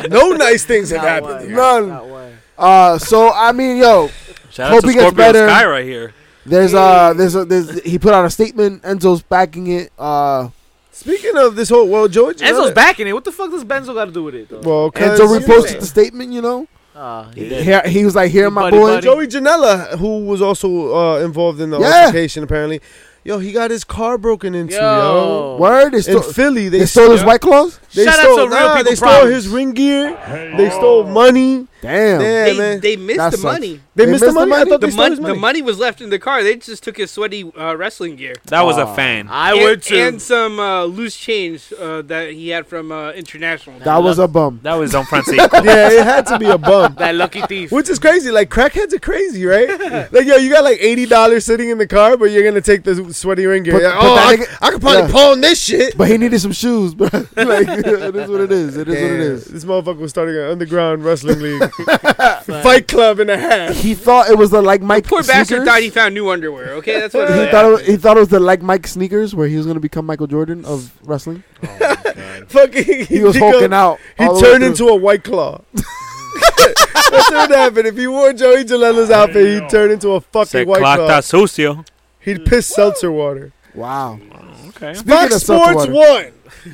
C: No nice things have
A: Not
C: happened.
A: one.
C: here.
B: none.
A: Not one.
B: Uh, so I mean, yo,
D: Shout
B: Hope
D: out to
B: he gets
D: Scorpio
B: better.
D: Sky right here.
B: There's uh there's a there's he put out a statement. Enzo's backing it. Uh,
C: Speaking of this whole well, George
A: Enzo's backing it. What the fuck does Benzo got to do with it though?
C: Well,
B: Enzo reposted the statement. You know,
A: Ah, he did.
B: he, he was like, "Here, my
A: Buddy,
B: boy."
A: buddy.
C: Joey Janela, who was also uh, involved in the
B: Yeah.
C: altercation, apparently. Yo, he got his car broken into.
A: Yo.
C: Yo,
B: Word is
C: in Philly, they,
B: They stole his white claws.
C: They
A: Shout out
C: stole,
A: to real
C: nah,
A: people
C: They stole
A: problems. Oh.
C: his ring gear. They stole money.
B: Damn.
C: Damn,
E: They,
C: man.
E: they missed
B: That
E: the
B: sucks.
E: money.
C: They, missed the money. I thought
E: The,
C: they stole
E: mon-
C: his money.
E: the money was left in the car. They just took his sweaty uh, wrestling gear.
D: That was a fan.
A: I
E: and,
A: would too.
E: And some uh, loose change uh, that he had from uh, international.
B: That was a bum.
D: That was Don Francisco.
C: Yeah, it had to be a bum.
A: that lucky thief.
C: Which is crazy. Like crackheads are crazy, right? like yo, you got like eighty dollars sitting in the car, but you're gonna take the sweaty ring gear.
B: But-
C: Yeah,
B: but
C: oh,
B: that
C: I,
B: nigga-
C: I could probably
B: yeah.
C: pawn this shit.
B: But he needed some shoes, bro. like, it is what it is. It is what it is.
C: This motherfucker was starting an underground wrestling league, fight club and a half.
B: He thought it was the like Mike.
E: Poor bastard
B: sneakers.
E: thought he found new underwear. Okay, that's what.
B: He thought, it was, he thought it was the like Mike sneakers where he was gonna become Michael Jordan of wrestling.
C: Fucking,
B: He was hulking out.
C: He
B: all the way
C: turned
B: through.
C: into a white claw. That's what happened. If he wore Joey Janela's outfit, he'd turn into a fucking
D: Se
C: white claw.
D: clocked a sucio.
C: He'd piss seltzer water.
B: wow.
D: Okay.
B: Speaking
C: Fox
B: of seltzer
C: Sports
B: water.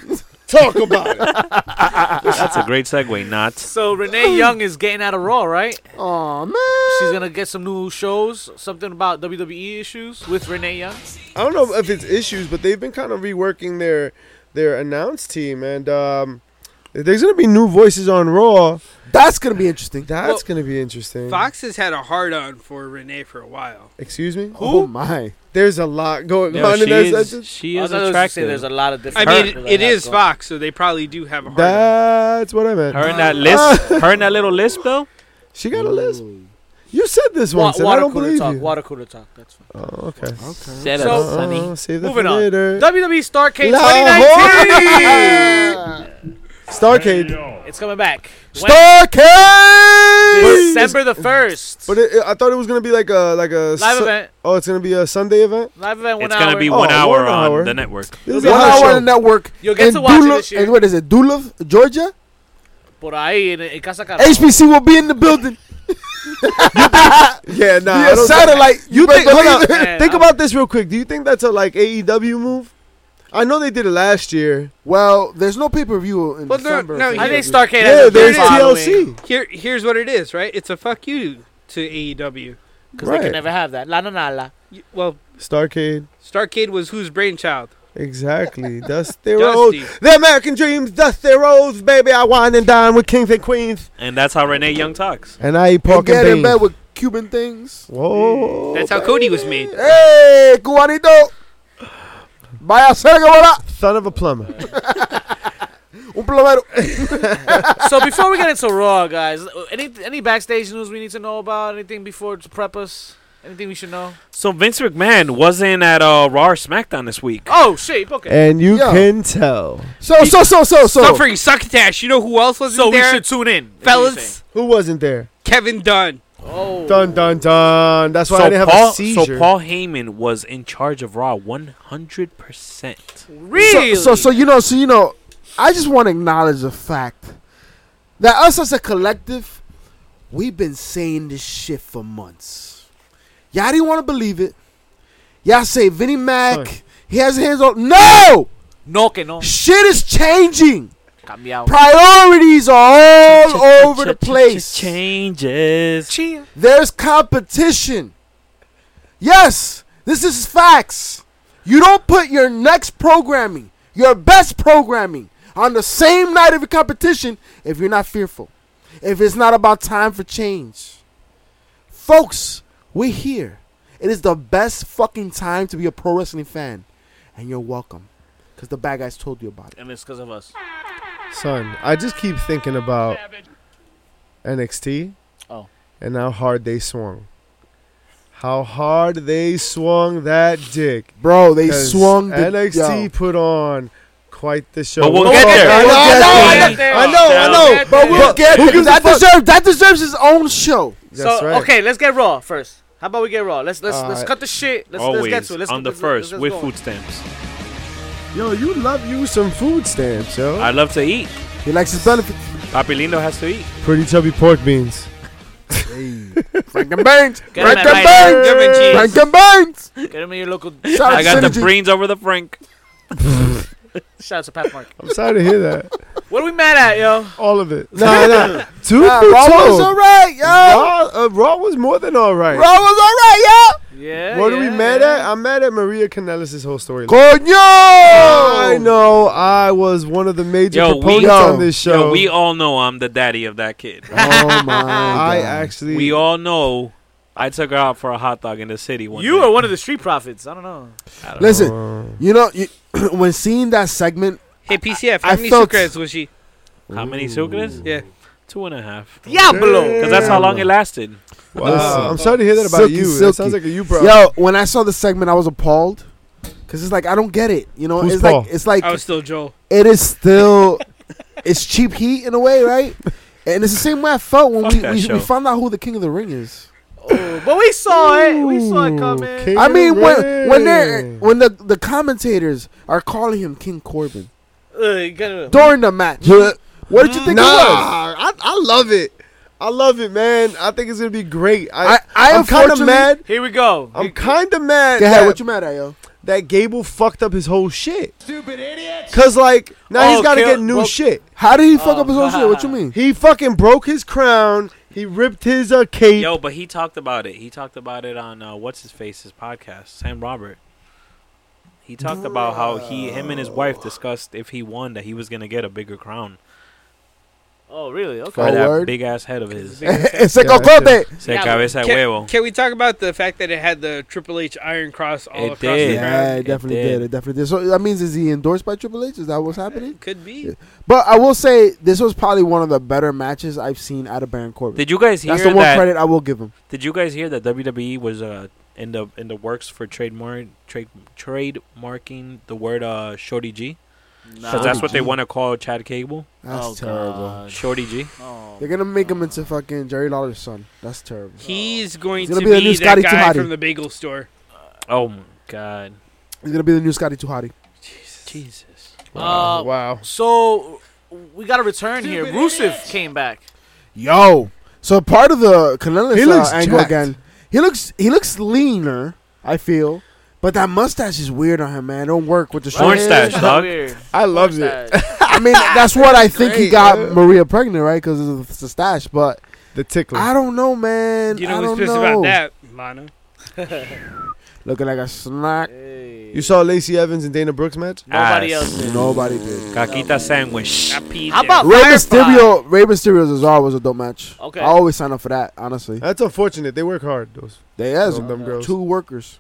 C: One. Talk about it.
D: That's a great segue, not.
A: So Renee Young is getting out of Raw, right?
B: Aw man.
A: She's gonna get some new shows. Something about WWE issues with Renee Young.
C: I don't know if it's issues, but they've been kind of reworking their their announce team, and um, there's gonna be new voices on Raw.
B: That's gonna be interesting.
C: That's
E: Well,
C: gonna be interesting.
E: Fox has had a hard on for Renee for a while.
C: Excuse me.
B: Oh my.
C: There's a lot going
D: Yo,
C: on
D: she
C: in that. That's
D: is,
C: just-
D: she is
A: I thought you were gonna say There's
D: attractive.
A: a lot of
E: I
A: different.
E: mean,
A: people
E: it
A: that
E: is
A: have gone.
E: Fox, so they probably do have a hard on.
C: That's what I meant.
D: Her and that list. Her and that little list, though.
C: She got a lisp. You said this
A: Wa-
C: once, and I
A: water
C: don't
A: cooler
C: believe
A: talk.
C: you.
A: Water cooler talk. That's fine.
C: Oh, okay.
B: Okay.
A: So- up,
C: Uh, save that for
A: Moving on.
C: later.
A: WWE E Starcade
C: Lahore!
A: 2019.
C: Starcade.
A: it's coming back. When-
C: Starcade.
A: December the first.
C: But it, it- I thought it was gonna be like a like a
A: Live
C: su-
A: event.
C: Oh, it's gonna be a Sunday event.
A: Live event. One
D: It's
A: hour.
D: gonna be
C: Oh,
D: one hour
C: one
D: on
C: hour.
D: the network.
C: This is a
B: One
C: hot
B: hour
C: show.
B: on the network.
A: You'll get
B: in
A: to watch it
B: Duluth-
A: this year.
B: and what is it? Duluth, Georgia.
A: Por ahí en, en casa Carajo.
B: HBC will be in the building.
C: Yeah, nah. I
B: Via
C: don't
B: satellite.
C: You
B: better
C: think? Hold
B: believe it.
A: Yeah,
C: on. think
A: I-
C: about this real quick. Do you think that's a like AEW move? I know they did it last year.
B: Well, there's no pay per view in
E: Well, no,
B: December.
E: no,
A: I
B: February.
A: think Starcade. has
C: yeah,
A: a big
C: there's
A: following,
C: TLC.
E: Here, here's what it is, right? It's a fuck you to E AEW.
A: 'cause they
C: Right.
A: can never have that. La na na la.
E: You- Well,
C: Starcade.
E: Starcade was whose brainchild?
C: Exactly. Dust their oath.
E: Dusty.
C: The American dreams. Dust their oath, baby. I wine and dine with kings and queens,
D: And that's how Renee Young talks.
C: and I eat
B: You
C: pork
B: get in
C: and
B: bed
C: beans.
B: with Cuban things.
C: Whoa.
E: That's how Cody was made.
B: Hey, cubanito. Vaya ser que bola.
C: Son of a plumber.
B: Un plomero.
A: so before we get into Raw, guys, any any backstage news we need to know about? Anything before to prep us? Anything we should know?
D: So Vince McMahon wasn't at uh, Raw or SmackDown this week.
A: Oh shit! Okay.
C: and you
B: Yeah.
C: can tell.
B: So, so, so, so, oh, so.
E: Suffering succotash. You know who else wasn't
A: so we
E: there?
A: should tune in,
E: Fellas,
C: Who wasn't there?
E: Kevin Dunn.
A: Oh.
C: Dun dun dun. That's why I didn't
D: Paul,
C: have a seizure.
D: so Paul Heyman was in charge of Raw 100%.
A: Really?
B: So, so, so you know, so you know, I just want to acknowledge the fact that us as a collective, we've been saying this shit for months. Y'all didn't want to believe it. Y'all say Vinnie Mac,
C: Sorry.
B: he has his hands on. No,
A: no, que no.
B: shit is changing.
A: Cambiado.
B: Priorities are all over the place.
D: Changes.
A: Chia.
B: There's competition. Yes, this is facts. You don't put your next programming, your best programming, on the same night of your competition if you're not fearful, if it's not about time for change. Folks, we're here. It is the best fucking time to be a pro wrestling fan, and you're welcome because the bad guys told you about it.
A: And it's because of us.
C: Son, I just keep thinking about NXT.
A: Oh.
C: And how hard they swung. How hard they swung that dick.
B: Bro, they
C: 'Cause
B: swung the
C: NXT
B: yo.
C: put on quite the show.
D: But we'll
C: Oh,
D: get there.
B: I
C: I
B: know,
C: know,
B: I know, I
C: I
A: know.
C: know, I know, I know.
B: But we'll
A: But
B: get
C: who
B: there.
C: gives a
B: That
C: fuck?
B: deserves that deserves his own show.
C: That's
A: so
C: right. Uh,
A: okay, let's get Raw first. How about we get Raw? Let's let's let's
C: Alright.
A: cut the shit. Let's, let's
D: Always
A: get to it. Let's
D: on the
A: let's- let's-
D: first
A: let's
D: with
A: go.
D: food stamps.
C: Yo, you love you some food stamps, yo.
D: I love to eat.
B: He likes his benefits.
D: Papilino has to eat.
C: Pretty chubby pork beans.
B: Franken Baines.
A: Get
B: Franken
A: him at Mighty
B: Baines.
A: Urban Cheese.
B: Franken Baines.
A: Get him in your local.
B: Shout
D: I got the
B: Synergy.
D: brains over the Frank.
A: Shout out to Pat Mark.
C: I'm sorry to hear that.
A: What are we mad at, yo?
C: All of it.
G: Nah, nah.
C: Two
B: Nah,
C: for
B: Raw was
C: two.
B: alright, yo.
C: Raw, uh, Raw was more than all right.
B: Raw was alright, yo.
A: Yeah.
C: What are we
A: yeah,
C: mad
A: yeah.
C: at? I'm mad at Maria Canellis' whole story.
B: Coño.
C: I know I was one of the major
D: Yo, we-
C: proponents on this show.
D: Yo, we all know I'm the daddy of that kid.
B: Oh my.
C: I
B: God.
C: actually
D: We all know I took her out for a hot dog in the city one
A: You
D: day.
A: are one of the street prophets. I don't know.
D: I don't
B: Listen,
C: Um,
B: you know, you, when seeing that segment,
E: Hey, PCF,
B: I
E: how many
B: felt-
E: sucres was she?
D: know. How many sucres?
E: Yeah.
D: Two and a half.
A: Diablo.
D: Because that's how long it lasted.
C: wow.
B: Listen.
C: I'm sorry to hear that about
B: Silky,
C: you. That
B: silky.
C: sounds like a you problem.
B: yo, when I saw the segment, I was appalled. Cause it's like I don't get it, you know.
C: Who's
B: it's
C: Paul?
B: like it's like
D: Oh,
E: I was still Joel.
B: it is still it's cheap heat in a way, right? And it's the same way I felt when
D: Fuck
B: we,
D: that
B: we,
D: show.
B: we found out who the King of the Ring is.
A: Oh, but we saw it. We saw it coming.
C: Okay.
B: I mean, when
C: Ring.
B: when they when the, the commentators are calling him King Corbin
A: Uh, you gotta-
B: during the match, what did you think
C: nah,
B: it was?
C: I, I love it. I love it, man. I think it's gonna be great. I,
B: I, I
C: am kind of
B: unfortunately-
C: mad.
A: Here we go.
C: I'm kind of mad
B: Go ahead,
C: that,
B: what you mad at, yo?
C: that Gable fucked up his whole shit. Stupid idiot. Cause like now
A: Oh,
C: he's gotta
A: kill-
C: get new
A: broke-
C: shit.
B: How did he fuck
A: Oh,
B: up his own shit? What you mean?
C: He fucking broke his crown. He ripped his uh, cape.
D: Yo, but he talked about it. He talked about it on uh, what's his face's podcast, Sam Robert. He talked about how he, him, and his wife discussed if he won that he was gonna get a bigger crown
A: Oh, really? Okay.
D: for
B: Oh,
D: that
B: word?
D: big ass head of his.
B: it's like
C: Yeah,
B: a Corbin.
D: Se
E: Yeah,
D: cabeza de
E: Can,
D: huevo.
E: can we talk about the fact that it had the Triple H Iron Cross all
D: It
E: across
D: did.
E: the
B: Yeah,
E: ground?
B: it
D: It
B: definitely did.
D: did.
B: It definitely did. So that means is he endorsed by Triple H? Is that what's happening?
E: Could be.
B: Yeah. But I will say this was probably one of the better matches I've seen out of Baron Corbin.
D: Did you guys hear
B: That's the one
D: that?
B: credit I will give him.
D: Did you guys hear that WWE was uh in the in the works for trademark trade trademarking the word uh Shorty G?
A: Nah.
D: Because that's what they want to call Chad Cable,
B: That's
A: Oh,
B: terrible.
A: God.
D: Shorty G.
A: Oh,
B: They're gonna make him into fucking Jerry Lawler's son. That's terrible.
E: He's going
B: He's gonna
E: to
B: be
E: be,
B: the new
E: that
B: Scotty
E: guy
B: Tuhati.
E: from the bagel store.
D: Oh my God,
B: He's gonna be the new Scotty Tuhati.
D: Jesus!
A: Uh,
C: Oh, wow.
A: So we got a return here. Rusev came back.
B: Yo. So part of the
C: He
B: Canellis
C: looks
B: uh, angle
C: jacked.
B: again. He looks he looks leaner. I feel, but that mustache is weird on him, man. It Don't work with the
D: Porn
B: short.
D: stash,
A: That's
D: dog.
A: weird.
C: I loved it.
A: Stash.
B: I mean, that's what I think he
C: Great,
B: got
C: yeah.
B: Maria pregnant, right? Because it's the stash. But
C: The tickler.
B: I don't know, man.
E: You
B: I
E: know
B: don't
E: who's pissed
B: know.
E: about that, Lana?
B: Looking like a snack.
A: Hey.
C: you saw Lacey Evans and Dana Brooks match?
A: Nobody
D: Ass.
A: else did.
B: Nobody did.
D: Caquita sandwich.
E: I peed
A: How
E: there.
A: about-
B: Rey
A: Firefly.
B: Mysterio, Rey Mysterio's Cesaro was a dope match.
A: Okay.
B: I always sign up for that. Honestly,
C: That's unfortunate. They work hard. Those
B: they as
C: dumb girls.
B: two workers.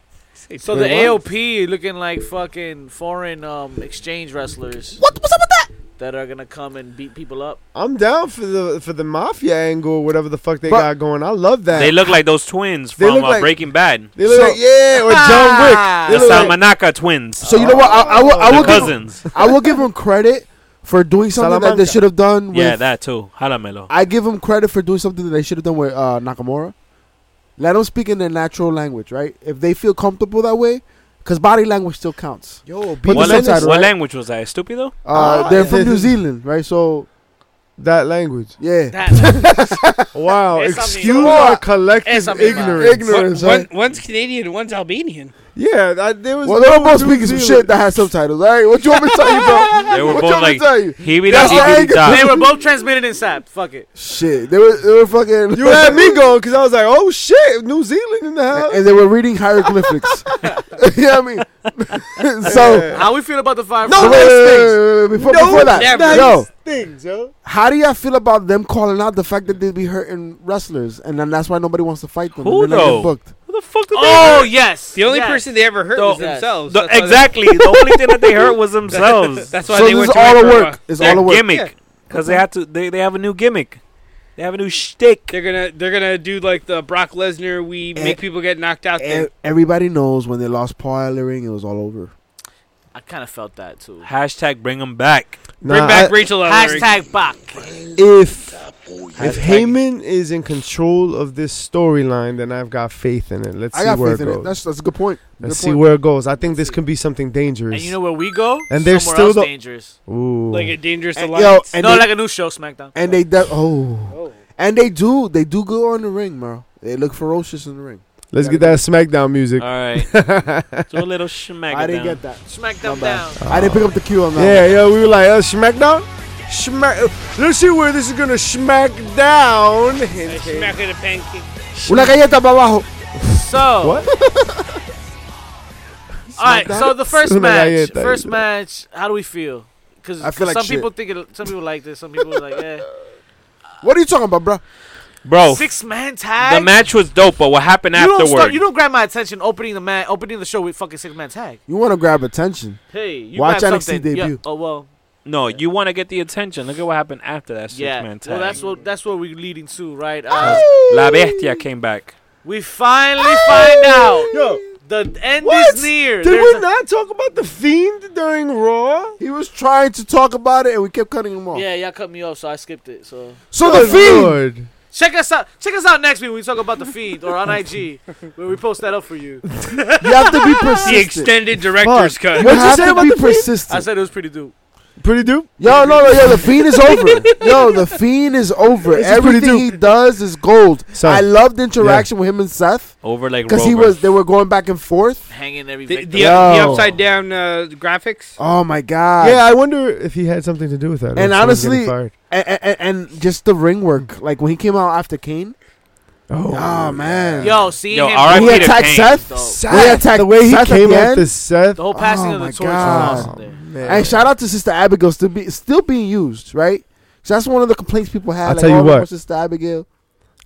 A: So the AOP looking like fucking foreign um, exchange wrestlers. What? What's up with that? That are gonna come and beat people up.
C: I'm down for the for the mafia angle, or whatever the fuck they
B: But-
C: got going. I love that.
D: They look like those twins
C: They
D: from
C: look
D: uh,
C: like-
D: Breaking Bad,
C: They look
B: So-
C: like yeah, or John Wick.
D: the
C: They look like-
D: Salmanaka twins, Oh.
B: So you know what? I, I will. I
D: the
B: will, give,
D: cousins.
B: I will give him credit for doing something that
C: Salamanca.
B: they should have done. With,
D: Yeah, that too. Jalamelo.
B: I give him credit for doing something that they should have done with uh, Nakamura. Let them speak in their natural language, right? If they feel comfortable that way, because body language still counts.
C: Yo,
B: Put
D: What,
B: the
D: language,
B: subtitle,
D: what
B: right?
D: language was that? Stupido?
B: Uh,
C: Ah,
B: they're
C: yeah.
B: from New Zealand, right? So
C: that language.
B: yeah,
A: That
C: Wow,
A: Esa
C: excuse
A: misma.
C: our collective
A: Esa misma.
C: ignorance.
B: ignorance.
E: One-
B: right?
E: one's Canadian, one's Albanian.
C: Yeah, that, there was.
B: Well, they're
C: no
B: both
C: New
B: speaking some
C: Zealand.
B: shit that has subtitles. All right, what you want me to tell you, bro?
D: They were
B: what you
D: both
B: want
D: like-
B: me to tell you?
D: Hebe da
B: That's the
D: hebe da.
A: they were both transmitted in SAP. Fuck it.
B: Shit, they were they were fucking.
C: You had me going because I was like, oh shit, New Zealand in the house.
B: and they were reading hieroglyphics. you know what I mean? so
A: How we feel about the fire?
B: wait, wait, wait, wait, wait, before,
C: No
B: before that,
E: never.
B: yo,
C: things, yo.
B: how do y'all feel about them calling out the fact that they be hurting wrestlers, and then that's why nobody wants to fight them?
D: Who
B: and then they get
D: though?
B: booked.
D: Who the fuck did
A: Oh yes.
E: The only
A: yes.
E: person they ever hurt
A: The-
E: was
A: yes.
E: themselves.
D: The,
E: That's why they-
D: exactly. the only thing that they hurt was themselves.
E: That's why
B: So
E: they
B: this
E: went
B: is
E: to
B: all
E: Red
B: a
E: for a
B: work.
E: while.
B: It's
D: Their
B: all a work.
D: gimmick. Because they have to. They, they have a new gimmick. They have a new shtick.
E: They're gonna they're gonna do like the Brock Lesnar. We
B: Eh,
E: make people get knocked out.
B: E-
E: There.
B: Everybody knows when they lost Paul Ellering, it was all over.
A: I kind of felt that too.
D: Hashtag bring them back.
E: Bring back Rachel Ellering.
A: Hashtag back.
C: if if
D: Hashtag-
C: Heyman is in control of this storyline, then I've got faith in it. Let's
B: I
C: see
B: got
C: where
B: faith
C: it
B: in
C: goes.
B: it. That's that's a good point.
C: Let's
B: Good
C: see
B: point.
C: where it goes. I think this could be something dangerous.
A: And you know where we go?
C: And they're
A: Somewhere
C: still
A: else
C: the-
A: dangerous.
C: Ooh.
E: like a dangerous
B: And- yo,
E: alliance.
B: and
A: no,
B: they,
A: like a new show, SmackDown.
B: and they de- oh, and they do they do good on the ring, bro. They look ferocious in the ring.
C: Let's get that SmackDown music.
D: All right. Do a little smack.
B: I didn't get that.
A: Smack them
B: My bad.
A: down.
B: I didn't pick up the cue on that.
C: Yeah, yo, we were like, uh, SmackDown? Smack. Let's see where this is gonna smack down.
E: I smack her the pancake.
B: Una galleta para abajo.
A: So.
C: What?
A: All right. So the first
C: Smack
A: match.
C: it, like
A: First
C: that.
A: match. How do we feel? Because
B: I feel like
A: some
B: shit.
A: people think it, some people like this. Some people are like, eh.
B: What are you talking about, bro?
D: Bro,
A: Six man
D: Oh. the
A: tag.
D: match was dope, but what happened
A: you
D: afterward?
A: don't start, You don't grab my attention opening the man opening the show with fucking six man tag.
B: You want to grab attention.
A: Hey, you
B: Watch
A: grab
B: NXT
A: something. Yeah,
B: debut.
A: Oh well.
D: no, you want to get the attention. Look at what happened after that six
A: Yeah.
D: man tag.
A: Well, that's what that's what we're leading to, right? Uh,
D: La Bestia came back.
A: we finally find out.
C: Yo,
A: The end
C: What?
A: is near.
C: did
A: There's
C: we not talk about the Fiend during Raw?
B: He was trying to talk about it, and we kept cutting him
A: a-
B: off.
A: yeah, y'all cut me off, so I skipped it. So
B: So Oh, the fiend.
C: Lord.
A: check us out. Check us out next week when we talk about the feed or on IG where we post that up for you.
B: You have to be persistent.
E: The extended director's cut.
B: You
C: What'd you
B: have
C: say
B: to
C: about
B: be
C: the Fiend?
A: I
B: persistent.
A: said it was pretty dope.
C: Pretty dope.
B: Yo, no, no, yo, the fiend is over. Yo, the fiend is over.
C: This is pretty
B: Everything he does is gold.
C: Son.
B: I loved the interaction with him and Seth
D: Over like
B: because he
D: Rover.
B: was they were going back and forth.
A: Hanging every
E: The, the,
A: victim.
E: the
C: Yo.
E: upside down uh, graphics.
B: Oh my god!
C: Yeah, I wonder if he had something to do with that. or
B: And
C: if someone's
B: honestly-
C: getting fired.
B: and, and, and just the ring work, like when he came out after Kane.
C: oh,
B: Oh man!
A: Yo, seeing
D: Yo,
A: him
D: R.I.P.
B: when he
D: to
B: attacked
D: Kane.
B: Seth.
A: Dope.
B: When he attacked
C: the way he
B: Seth
C: came
B: at
C: at
B: the
C: the
B: end.
C: Seth.
A: the whole passing
B: Oh
A: of
B: my
A: the torch was
B: God.
A: awesome there.
B: And shout out to Sister Abigail still be, still being used, right? So that's one of the complaints people had.
C: I'll
B: like,
C: tell you
B: oh,
C: what.
B: Sister Abigail.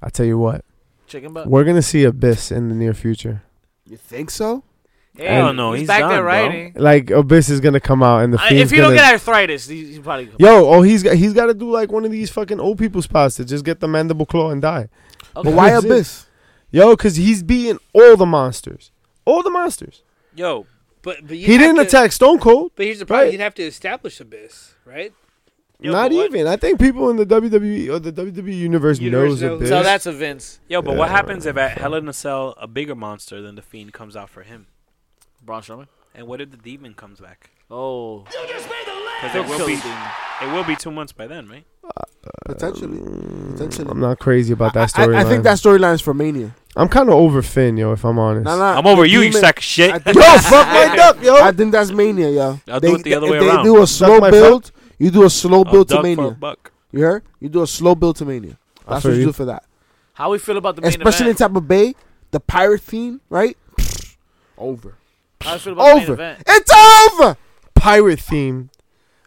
C: I tell you what,
A: Chicken butt.
C: we're gonna see Abyss in the near future.
B: You think so?
D: Hell no, he's
A: back
D: done,
A: there
D: bro.
A: writing.
C: Like Abyss is gonna come out and the
A: I-
C: fiend's
A: if you
C: gonna.
A: don't get arthritis, he's probably gonna-
C: Yo, oh, he's got he's got to do like one of these fucking old people spots to just get the mandible claw and die.
A: Okay.
B: But why
C: That's it.
B: Abyss?
C: Yo, cause he's beating all the monsters, all the monsters.
D: Yo,
E: But, but you'd
C: he
E: have
C: didn't
E: to-
C: attack Stone Cold,
E: But here's the problem:
C: Right.
E: you'd have to establish Abyss, right?
D: Yo,
C: not
D: but what-
C: even. I think people in the WWE or the WWE universe,
E: Universe
C: knows
E: knows.
C: Abyss.
A: So that's a Vince.
D: yo, but what
C: Yeah,
D: happens if at Hell in a Cell a bigger monster than the Fiend comes out for him?
A: Braun Strowman.
D: And what if the demon comes back?
A: Oh.
D: Because it will be it will be two months by then, right?
B: Potentially. Potentially.
C: Mm, I'm not crazy about that
B: I-
C: storyline.
B: I, I think that storyline is for Mania.
C: I'm kind of over Finn, yo. If I'm honest.
B: Nah, nah,
D: I'm over
B: Uh, the
D: you, you
B: demon-
D: sack of shit.
B: I
C: Yo,
B: think,
C: fuck my duck, yo.
B: I think that's Mania, yo.
D: I'll do it the other
B: if
D: way
B: they
D: around.
B: do a slow
C: my
B: build. You do a slow
D: I'll
B: build to
D: duck for a
B: Mania.
D: buck.
B: You heard? You do a slow build to Mania.
C: I
B: That's
C: feel
B: what you
C: you.
B: do for that.
A: How we feel about the main
B: Especially in
A: event?
B: Tampa Bay, the pirate theme, right? Over.
A: How we feel about the
B: Over.
A: main event?
B: It's over.
C: pirate theme.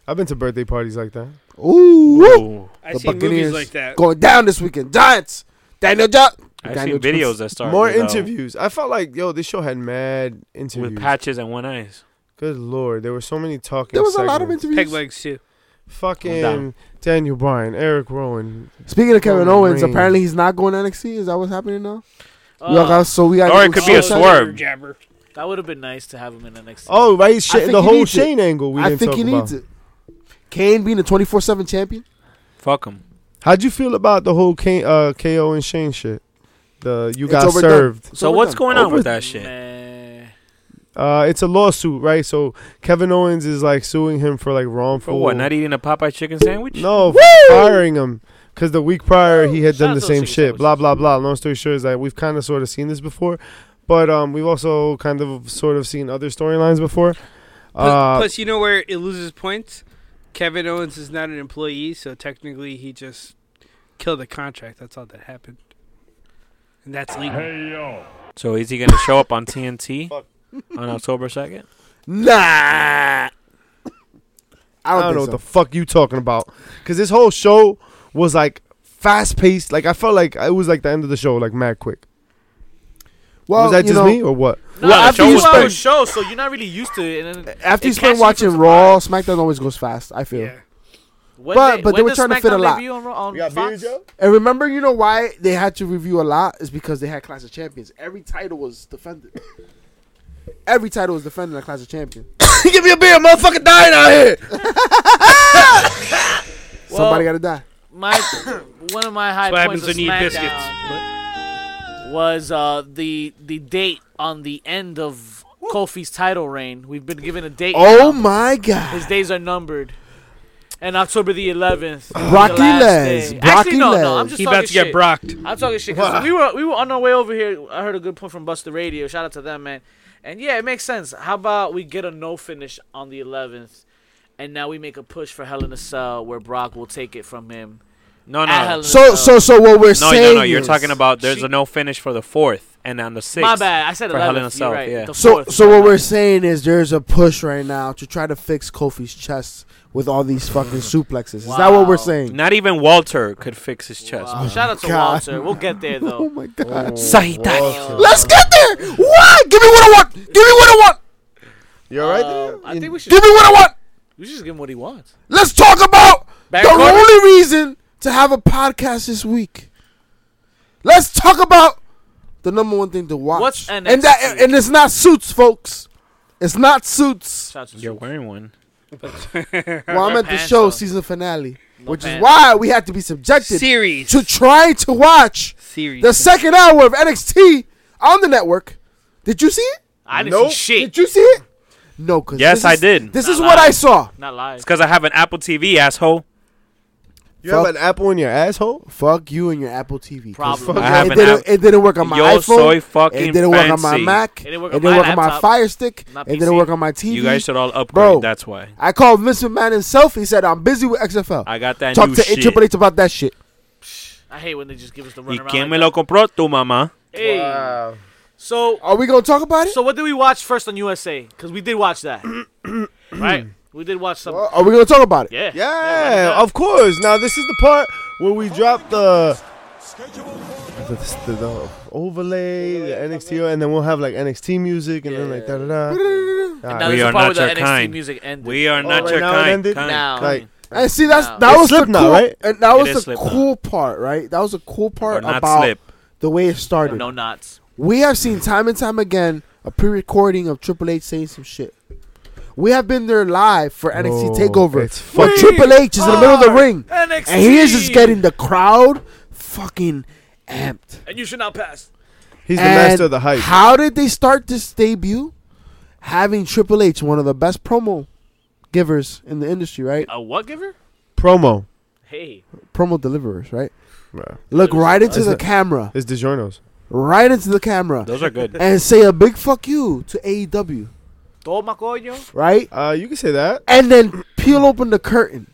C: I've been to birthday parties like that.
B: Ooh. woo.
D: Ooh.
E: I
B: The
E: see movies
B: Buccaneers
E: like that.
B: going down this weekend. Giants. Daniel Johnson.
D: I've seen videos that start
C: More
D: with, uh,
C: interviews. I felt like yo, this show had mad interviews.
D: with patches and one eyes.
C: Good lord, there were so many talking.
B: There was a lot of
C: segments.
E: Peg
B: interviews.
E: legs too.
D: I'm down.
C: Fucking Daniel Bryan, Eric Rowan.
B: Speaking of Kevin
C: Roman
B: Owens,
C: Reigns.
B: apparently he's not going NXT. Is that what's happening now?
A: Uh,
B: Yo, guys, so we got.
D: or it could be a
B: so sad.
D: swerve.
E: Jabber.
A: that would have been nice to have him in the next.
C: Oh right, Shane,
B: think
C: the
B: he
C: whole
B: needs it.
C: Shane angle. We
B: I
C: didn't
B: think
C: talk
B: he needs
C: about.
B: it. Kane being a twenty four seven champion.
D: Fuck him.
C: How'd you feel about the whole K- uh, KO and Shane shit? The you
B: It's
C: got
B: overdone.
C: served.
D: So what's going on
C: Over
D: with that shit?
A: Man.
C: Uh, it's a lawsuit, right? So Kevin Owens is like suing him for like
D: For
C: wrongful.
D: what? Not eating a Popeye chicken sandwich?
C: No, for firing him because the week prior he had
A: Shout out
C: done the
A: to those
C: same
A: chicken
C: shit. Blah blah blah. Long story short is that we've kind of sort of seen this before, but um, we've also kind of sort of seen other storylines before.
E: Plus,
C: Uh,
E: plus, you know where it loses points. Kevin Owens is not an employee, so technically he just killed the contract. That's all that happened, and that's legal.
D: So is he gonna show up on TNT on October second?
B: Nah. I
C: I
B: don't,
C: don't,
B: think
C: know what the fuck you talking about because this whole show was like fast paced. Like I felt like it was like the end of the show, like mad quick.
B: so. Well,
C: was that
B: you know,
C: just me or what?
A: No,
D: Well,
A: after
D: the show
A: you
D: was
A: spend
D: good.
A: show, so you're not really used to it. And then
B: After you
A: It
B: spend
A: catches you
B: watching
A: from
B: Raw, SmackDown always goes fast. I feel.
E: Yeah.
A: when
B: But-
A: they,
B: but they
A: when
B: were
A: does
B: trying to fit a
A: SmackDown
B: lot.
A: debut on- on Fox?
B: And remember, you know why they had to review a lot is because they had Clash of Champions. Every title was defended. Every title was defended in a Clash of Champions.
C: Give me a beer, motherfucker, dying out here.
A: Well,
B: Somebody got to die.
A: my one of my high
E: That's what
A: points
E: happens
A: of
E: when you eat biscuits.
A: SmackDown was uh, the the date on the end of Kofi's title reign. We've been given a date.
B: Oh
A: now.
B: my god!
A: His days are numbered. and October the 11th. the
B: Broccoli
A: last
B: Les,
A: day. Actually, no, no,
B: Broccoli
A: I'm
B: Les.
A: just
E: He
A: talking
E: about to get
A: shit.
E: brocked.
A: I'm talking shit. 'cause we were we were on our way over here. I heard a good point from Buster Radio. Shout out to them, man. And yeah, it makes sense. How about we get a no finish on the 11th, and now we make a push for Hell in a Cell, where Brock will take it from him.
D: No,
A: at
D: no,
A: Ah,
D: no,
A: Hell in a
B: So, so,
A: Cell.
B: so what we're
D: no,
B: saying
D: no. You're
B: is-
D: talking about there's
A: She-
D: a no finish for the fourth, and on the sixth.
A: my bad. I said
D: for Hell in a
A: 11th.
D: Cell,
A: You're right.
D: yeah.
A: The
B: So,
A: fourth.
B: so what we're saying is there's a push right now to try to fix Kofi's chest with all these fucking suplexes. Is that what we're
A: Wow.
B: saying?
D: Not even Walter could fix his chest.
A: Wow. Shout out to
B: God.
A: Walter. We'll get there
B: Oh
A: though.
B: my god!
D: Saitaki.
B: Let's get there. What? Give me what I want. Give me what I want.
C: You all right?
A: Um, I think we should
B: Give me what I want.
A: we should just give him what he wants.
B: Let's talk about
A: Back
B: the
A: corner?
B: only reason to have a podcast this week. Let's talk about the number one thing to watch.
A: What's NXT?
B: and that and it's not suits, folks. It's not suits.
A: Shout out to
D: You're
A: Sue.
D: wearing one.
B: Well, I'm
A: wear
B: at the
A: pants,
B: show
A: though.
B: season finale,
A: No
B: which is
A: pants.
B: why we had to be subjected
E: Series.
B: to try to watch
E: Series.
B: the second hour of NXT on the network. Did you see it?
A: I didn't
C: Nope.
A: see shit.
B: Did you see it? No, cause
D: Yes,
B: this
D: I
B: is-
D: did.
B: This
A: Not
B: is what
A: lying.
B: I saw.
A: Not live.
D: It's because I have an Apple TV, asshole.
C: You have
B: Fuck.
C: an apple in your asshole?
B: Fuck you and your Apple TV. 'cause
A: Problem.
B: fuck
A: I
B: it.
D: have
B: it,
D: an
B: didn't,
D: app-
B: it didn't work on my
D: Yo
B: iPhone.
D: soy fucking
B: it didn't work on my
D: fancy.
B: Mac.
A: It didn't work
B: it
A: on
B: didn't
A: my
B: work on my
A: laptop,
B: Fire Stick.
A: not
B: It didn't
A: PC.
B: work on my TV.
D: You guys should all upgrade.
B: Bro.
D: That's why
B: I called Vince McMahon himself. He said, "I'm busy with XFL.
D: I got that
B: Talk
D: new
B: to
D: shit.
B: Triple H about that shit."
A: I hate when they just give us the
D: ¿Y
A: runaround.
D: quién me
A: like
D: lo
A: that.
D: compró? Tu mamá.
A: Hey. So
B: Are we gonna talk about it?
A: so what did we watch first on USA? Because we did watch that, right? We did watch some.
B: Are we gonna talk about it?
A: yeah.
C: Yeah,
B: Oh
A: right.
C: of course. Now this is the part where we drop the the, the, the overlay, the NXT, and then we'll have like NXT music, and then like da da da.
A: Now
C: Alright.
A: there's
D: We
A: the
D: are not
A: part where the
D: your
A: NXT
D: kind.
A: music ended.
D: We are not
C: right
D: your
C: now it
D: kind.
C: ended?
D: kind.
A: now.
C: Like,
B: And see, that's
A: No.
B: that
C: It's
B: was the
C: Slipknot,
B: cool,
C: right?
B: and that
D: It
B: was
D: is
B: the
D: Slipknot.
B: cool part, right? That was the cool
D: Or
B: part
D: not
B: about
D: slip.
B: the way it started.
A: no knots.
B: We have seen time and time again a pre-recording of Triple H saying some shit. We have been there live for NXT
C: Oh,
B: Takeover,
C: it's
B: where
C: fucking-
B: Triple H is in the middle of the ring,
A: NXT.
B: and he is just getting the crowd fucking amped.
A: And you should not pass.
C: He's the
B: And
C: master of the hype.
B: How did they start this debut? Having Triple H, one of the best promo givers in the industry, right?
A: A what giver?
C: Promo.
A: Hey.
B: Promo deliverers, right?
C: Bruh.
B: Look right into the
C: Isn't-
B: camera,
C: It's DiGiorno's.
B: right into the camera,
D: Those are good.
B: and say a big fuck you to AEW,
A: Toma coño.
B: right?
C: Uh, you can say that.
B: And then peel open the curtain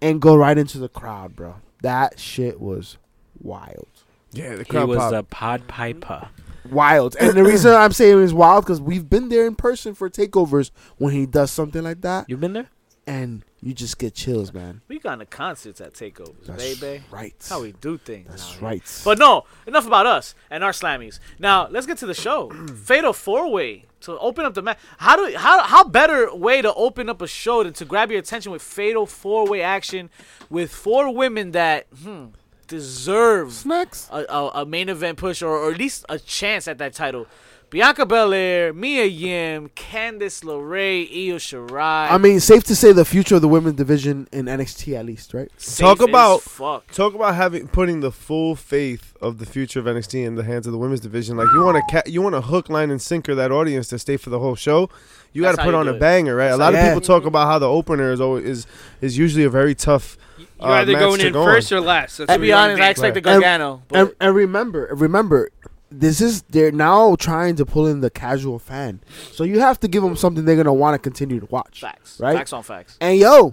B: and go right into the crowd, bro. That shit was wild.
C: Yeah, the
D: he was a pod piper.
B: Wild. And the reason I'm saying it's wild because we've been there in person for takeovers when he does something like that,
D: You've been there?
B: and you just get chills, man.
A: We gone to concerts at takeovers,
B: That's
A: baby.
B: right.
A: That's how we do things.
B: That's
A: out here.
B: right.
A: But no, enough about us and our slammies. Now let's get to the show. Fatal four way to open up the match. How do how how better way to open up a show than to grab your attention with fatal four way action with four women that hmm, deserve
B: Snacks.
A: a, a, a main event push or, or at least a chance at that title. Bianca Belair, Mia Yim, Candice LeRae, Io Shirai.
B: I mean, safe to say the future of the women's division in NXT, at least, right?
A: Safe
C: talk
A: as
C: about-
A: fuck.
C: Talk about having putting the full faith of the future of NXT in the hands of the women's division. Like you want to ca- you want to hook, line, and sinker that audience to stay for the whole show. You got
A: That's
C: to
A: how
C: put
A: you
C: on
A: do
C: a
A: it.
C: banger, right? A
A: That's
C: lot
B: how
C: of
B: you
C: people
A: do it.
C: talk about how the opener is always is, is usually a very tough.
E: You're
C: uh,
E: either
C: match
E: going
C: to
E: in
C: go on.
E: first or last. That's
A: To
E: what
A: be
E: you're
A: honest,
E: gonna
A: I
E: be.
A: expected
B: Right.
A: Gargano. but-
B: and, and remember, remember, this is they're now trying to pull in the casual fan, so you have to give them something they're gonna want to continue to watch.
A: Facts.
B: Right?
A: Facts on facts.
B: And yo,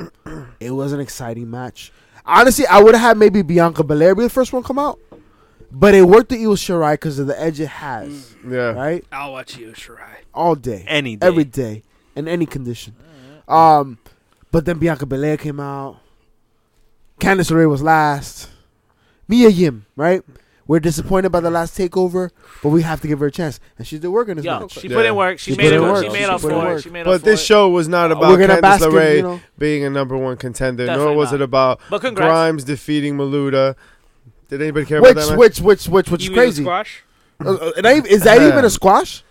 B: it was an exciting match. Honestly, I would have had maybe Bianca Belair be the first one come out, but it worked the Io Shirai because of the edge it has,
C: Yeah.
B: right?
E: I'll watch you, Shirai.
B: All day,
D: Any day.
B: every day, in any condition. Um, but then Bianca Belair came out. Candice LeRae was last. Mia Yim, right? We're disappointed by the last takeover, but we have to give her a chance, and she's been working this
A: Yeah,
B: match.
A: she put in work. She, made
B: put
A: it
B: in
A: work.
B: work.
A: She
B: She
A: made up
B: put in
A: for it.
B: work.
A: She made up
C: But
A: for
C: this
A: it.
C: show was not about
B: We're gonna
C: Candice
B: bask in,
C: LeRae
B: you know.
C: being a number one contender,
A: Definitely
C: nor was
A: not.
C: it about
A: But congrats.
C: Grimes defeating Maluda. Did anybody care
B: Which,
C: about that? match?
B: which, which, which, which is
E: You mean the
B: crazy.
E: Squash?
B: Uh, uh, and I, is that even a squash?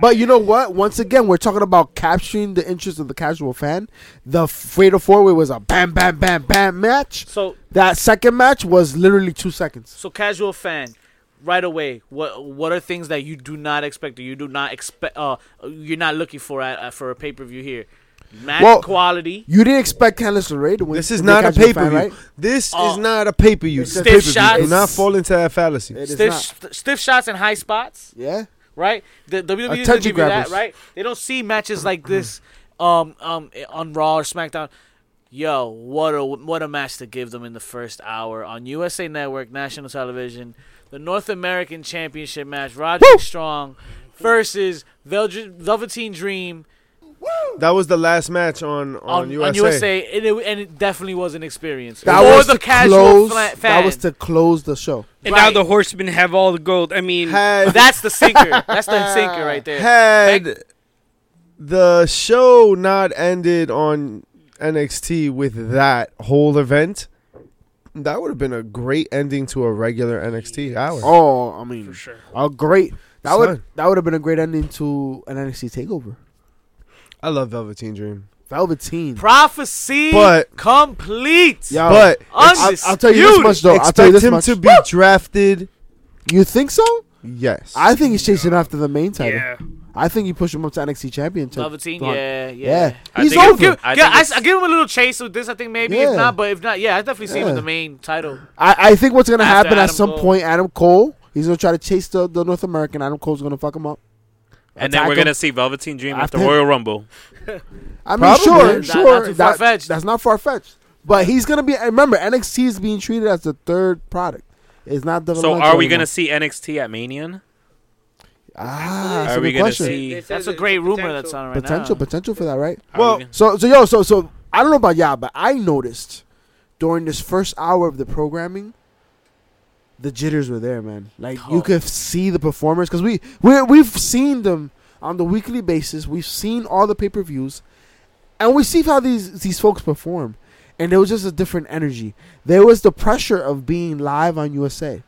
B: But you know what? Once again, we're talking about capturing the interest of the casual fan. The fatal four way was a bam, bam, bam, bam match.
A: So
B: That second match was literally two seconds.
A: so casual fan, right away. What what are things that you do not expect or you do not expect? Uh, you're not looking for at, at for a pay per view here. Match
B: Well-
A: quality.
B: You didn't expect Candice LeRae to win.
C: This is
B: to
C: not a
B: make Cashman
C: pay
B: a
C: per
B: fan,
C: view.
B: right?
C: This
A: Oh.
C: is not a pay per view.
B: It's Stiff
A: shots.
C: Do not fall into that fallacy.
B: It is
A: Stiff,
B: not.
A: st- stiff shots and high spots,
B: Yeah.
A: right? The the WWE doesn't
B: Attention
A: give you that,
B: grabbers.
A: right? They don't see matches like this um um on Raw or SmackDown. Yo, what a what a match to give them in the first hour on USA Network, national television, the North American Championship match, Roderick Strong versus Velge- Velveteen Dream
C: That was the last match on
A: on,
C: on,
A: on
C: USA.
A: USA, and, it, and it definitely was an experience.
B: That
A: or
B: was
A: the
B: to
A: casual
B: close,
A: fla- fan.
B: That was to close the show.
E: And
A: Right.
E: now the horsemen have all the gold. I mean,
C: Had
A: That's the sinker. That's the sinker right there.
C: had the show not ended on NXT with that whole event, that would have been a great ending to a regular NXT hour.
B: Oh, I mean,
E: for sure.
B: a great. That
C: Son.
B: would that would have been a great ending to an NXT takeover.
C: I love Velveteen Dream,
B: Velveteen.
A: Prophecy
C: But-
A: complete.
B: Yo,
C: but
B: I'll, I'll tell you this
A: Undisputed.
B: much though. I'll tell you
C: expect
B: this
C: him
B: much.
C: to be drafted.
B: you think so?
C: Yes,
B: I think he's chasing after the main title.
E: Yeah.
B: I think you push him up to NXT Championship.
A: Velveteen,
B: Fine.
A: yeah, yeah.
B: Yeah.
D: I
B: He's
D: think
A: I'll
D: it's-
B: over.
A: give,
D: I
A: yeah,
D: think
A: I,
D: it's-
A: I give him a little chase with this. I think maybe
B: Yeah.
A: if not, but if not, yeah, I definitely see him
B: Yeah.
A: with the main title.
B: I, I think what's gonna
A: After
B: happen at
A: Adam
B: some
A: Cole.
B: point, Adam Cole, he's gonna try to chase the, the North American. Adam Cole's gonna fuck him up.
D: And then
B: Attack
D: we're
B: him.
D: gonna see Velveteen Dream
B: I
D: after
B: think-
D: Royal Rumble.
B: I mean,
C: Probably.
B: sure,
C: Not-
A: not
B: sure.
A: too
B: that-
A: far-fetched.
B: that's not far fetched. But he's gonna be. and Remember, NXT is being treated as the third product. It's not the.
D: So are we gonna see NXT at Mania?
B: Ah, that's
D: are
B: a
D: we
B: good
D: gonna
B: question.
D: see?
A: That's a great rumor that's on right
B: potential?
A: now.
B: Potential for that, right?
D: are we
C: Well,
D: gonna-
B: So, so yo, so so I don't know about y'all, but I noticed during this first hour of the programming, the jitters were there, man. Like
A: Oh.
B: you could see the performers because we we we've seen them on the weekly basis. We've seen all the pay per views, and we see how these these folks perform. And there was just a different energy. There was the pressure of being live on USA,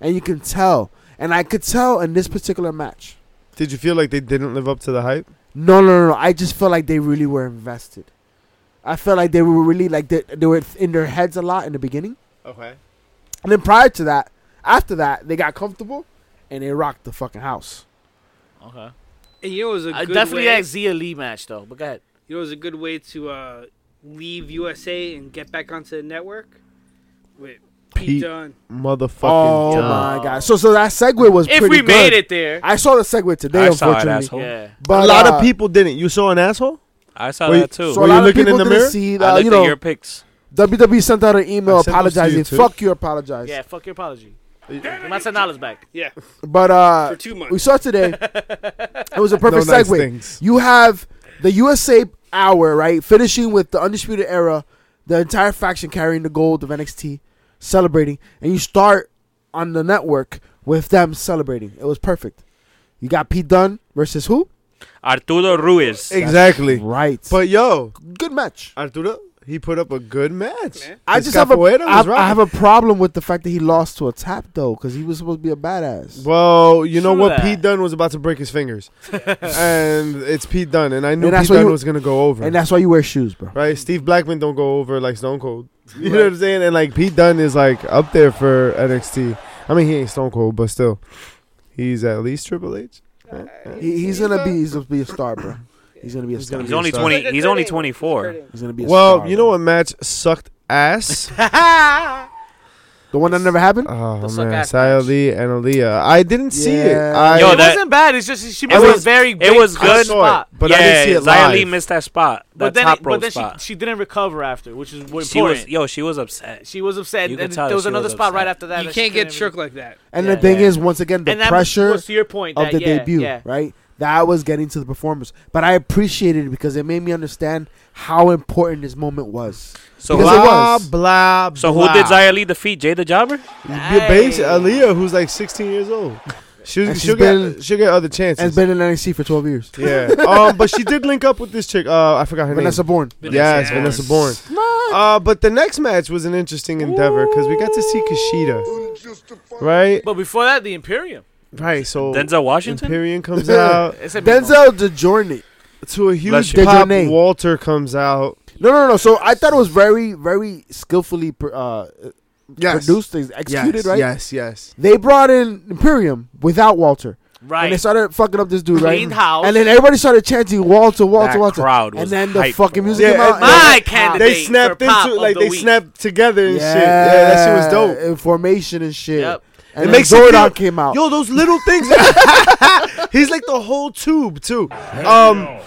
B: and you can tell. And I could tell in this particular match.
C: Did you feel like they didn't live up to the hype?
B: No, no, no, no. I just felt like they really were invested. I felt like they were really like they, they were in their heads a lot in the beginning,
C: Okay.
B: and then prior to that, after that, they got comfortable and they rocked the fucking house.
A: Okay.
E: And you know, it was a
A: I
E: good
A: definitely
E: way,
A: that Zia Lee match though. But go ahead.
E: you know, it was a good way to uh, leave USA and get back onto the network with Pete,
C: Pete.
E: Dunne.
C: Motherfucking.
B: oh
C: dumb.
B: my god! So, so that segue was
A: If
B: pretty
A: we
B: good.
A: made it there,
B: I saw the segue today,
D: I saw it,
B: unfortunately.
D: asshole.
A: yeah.
B: but
C: a lot
B: uh,
C: of people didn't. You saw an asshole?
D: I saw
C: Wait,
D: that too.
B: So
C: Were
B: a
C: you
B: lot of
C: looking in
B: people
C: the
B: didn't
C: mirror?
B: see.
D: I
B: Uh,
D: looked
B: you
D: at
B: know,
D: your picks.
B: WWE sent out an email
C: I sent those to you,
B: apologizing.
C: too.
B: Fuck you, apologize.
A: Yeah, fuck your apology. Give my ten dollars back.
E: Yeah,
B: But
E: for
B: uh,
E: two
B: we
E: months.
B: saw today. it was a perfect
C: no nice
B: segue.
C: things.
B: You have the USA hour, right? Finishing with the Undisputed Era, the entire faction carrying the gold of NXT, celebrating. And you start on the network with them celebrating. It was perfect. You got Pete Dunne versus who?
D: Arturo Ruiz.
C: Exactly.
B: Right. But
C: But yo,
B: good match.
C: Arturo, he put up a good match.
E: Man.
B: I
C: His
B: just have a,
C: capoeira
B: I,
C: was
B: I have
C: rocking.
B: a problem with the fact that he lost to a tap though, because he was supposed to be a badass.
C: Well, you know
A: True
C: what?
A: that.
C: Pete Dunne was about to break his fingers, and it's Pete Dunne, and I knew
B: And that's
C: Pete
B: why
C: Dunne
B: you-
C: was gonna go over.
B: And that's why you wear shoes, bro.
C: right? Steve Blackman don't go over like Stone Cold. You know what I'm saying? And like Pete Dunne is like up there for NXT. I mean, he ain't Stone Cold, but still, he's at least Triple H.
B: He, he's gonna be he's gonna be a star, bro. He's gonna be a
C: He's
B: star.
C: gonna
D: He's
C: be a
D: only
C: star.
D: twenty. He's only twenty-four.
B: He's gonna be a
C: Well,
B: star,
C: you know
B: bro.
C: what match sucked ass?
B: The one that never happened?
C: oh
A: suck
C: man,
A: ass
C: Saya
A: match.
C: Lee and Aaliyah. I didn't see it.
B: Yeah.
C: I,
D: Yo,
A: it
D: that-
A: wasn't bad. It's just she
D: It
A: missed a
D: was-
A: very.
D: It
A: big
D: was
C: I
D: good.
C: saw
A: spot.
C: it, but
D: yeah,
C: I didn't see it
D: Xia
C: live.
D: Li missed that spot. That
A: but then,
D: top
A: it-
D: rope
A: but then she,
D: spot.
A: she didn't recover after, which is important.
D: she was yo. She was upset.
A: She was upset.
D: You
A: And
D: could tell
A: there was
D: she
A: another
D: was
A: spot right
D: upset.
A: after that.
E: you
A: that she
E: can't get
A: couldn't
E: shook like that.
B: And
A: Yeah.
B: the thing
D: Yeah.
B: is, once again, the
A: and that
B: pressure
A: was to your point
B: of
A: that,
B: the
A: yeah,
B: debut,
A: Yeah.
B: right? That was getting to the performers. But I appreciated it because it made me understand how important this moment was.
D: So
B: Because
D: who,
B: it was-
C: blah, blah, blah.
D: so who did Xia Li defeat? Jay the Jobber.
C: Your base,
A: Hey.
C: Aaliyah, who's like 16 years old. She'll,
B: And she's
C: she'll,
B: been-
C: get, she'll get other chances.
B: And it's been in NXT for 12 years.
C: yeah. um, but she did link up with this chick. Uh, I forgot her
B: Vanessa
C: name.
B: Bourne.
C: yes, Vanessa
E: Vanessa
C: Bourne. Uh, but the next match was an interesting endeavor because we got to see Kushida, right?
A: But before that, the Imperium.
C: Right. So
D: Denzel Washington.
C: Imperium comes out
A: It's a big moment.
B: Denzel DeJourney.
C: to a
D: Bless
C: huge
B: you.
C: pop.
B: Dejourne.
C: Walter comes out.
B: No, no, no. So I thought it was very, very skillfully pr- uh, produced, ex- executed,
C: yes,
B: right?
C: Yes, yes.
B: They brought in Imperium without Walter.
A: Right.
B: And they started fucking up this dude, right?
A: Clean house.
B: And then everybody started chanting Walter, Walter,
D: That
B: Walter.
D: crowd was
B: and then the
D: hyped for
B: fucking music
C: Walter.
B: came
C: Yeah,
B: out.
C: and
A: My
B: and-
A: candidate.
C: They snapped
A: for pop
C: into
A: of
C: like
A: the
C: they
A: week.
C: snapped together and shit. Yeah, that shit was dope.
B: And formation and shit.
A: Yep.
B: And
C: It
B: then
C: makes you
B: Zordon
C: feel-
B: came out.
C: Yo, those little things. He's like the whole tube too. Um,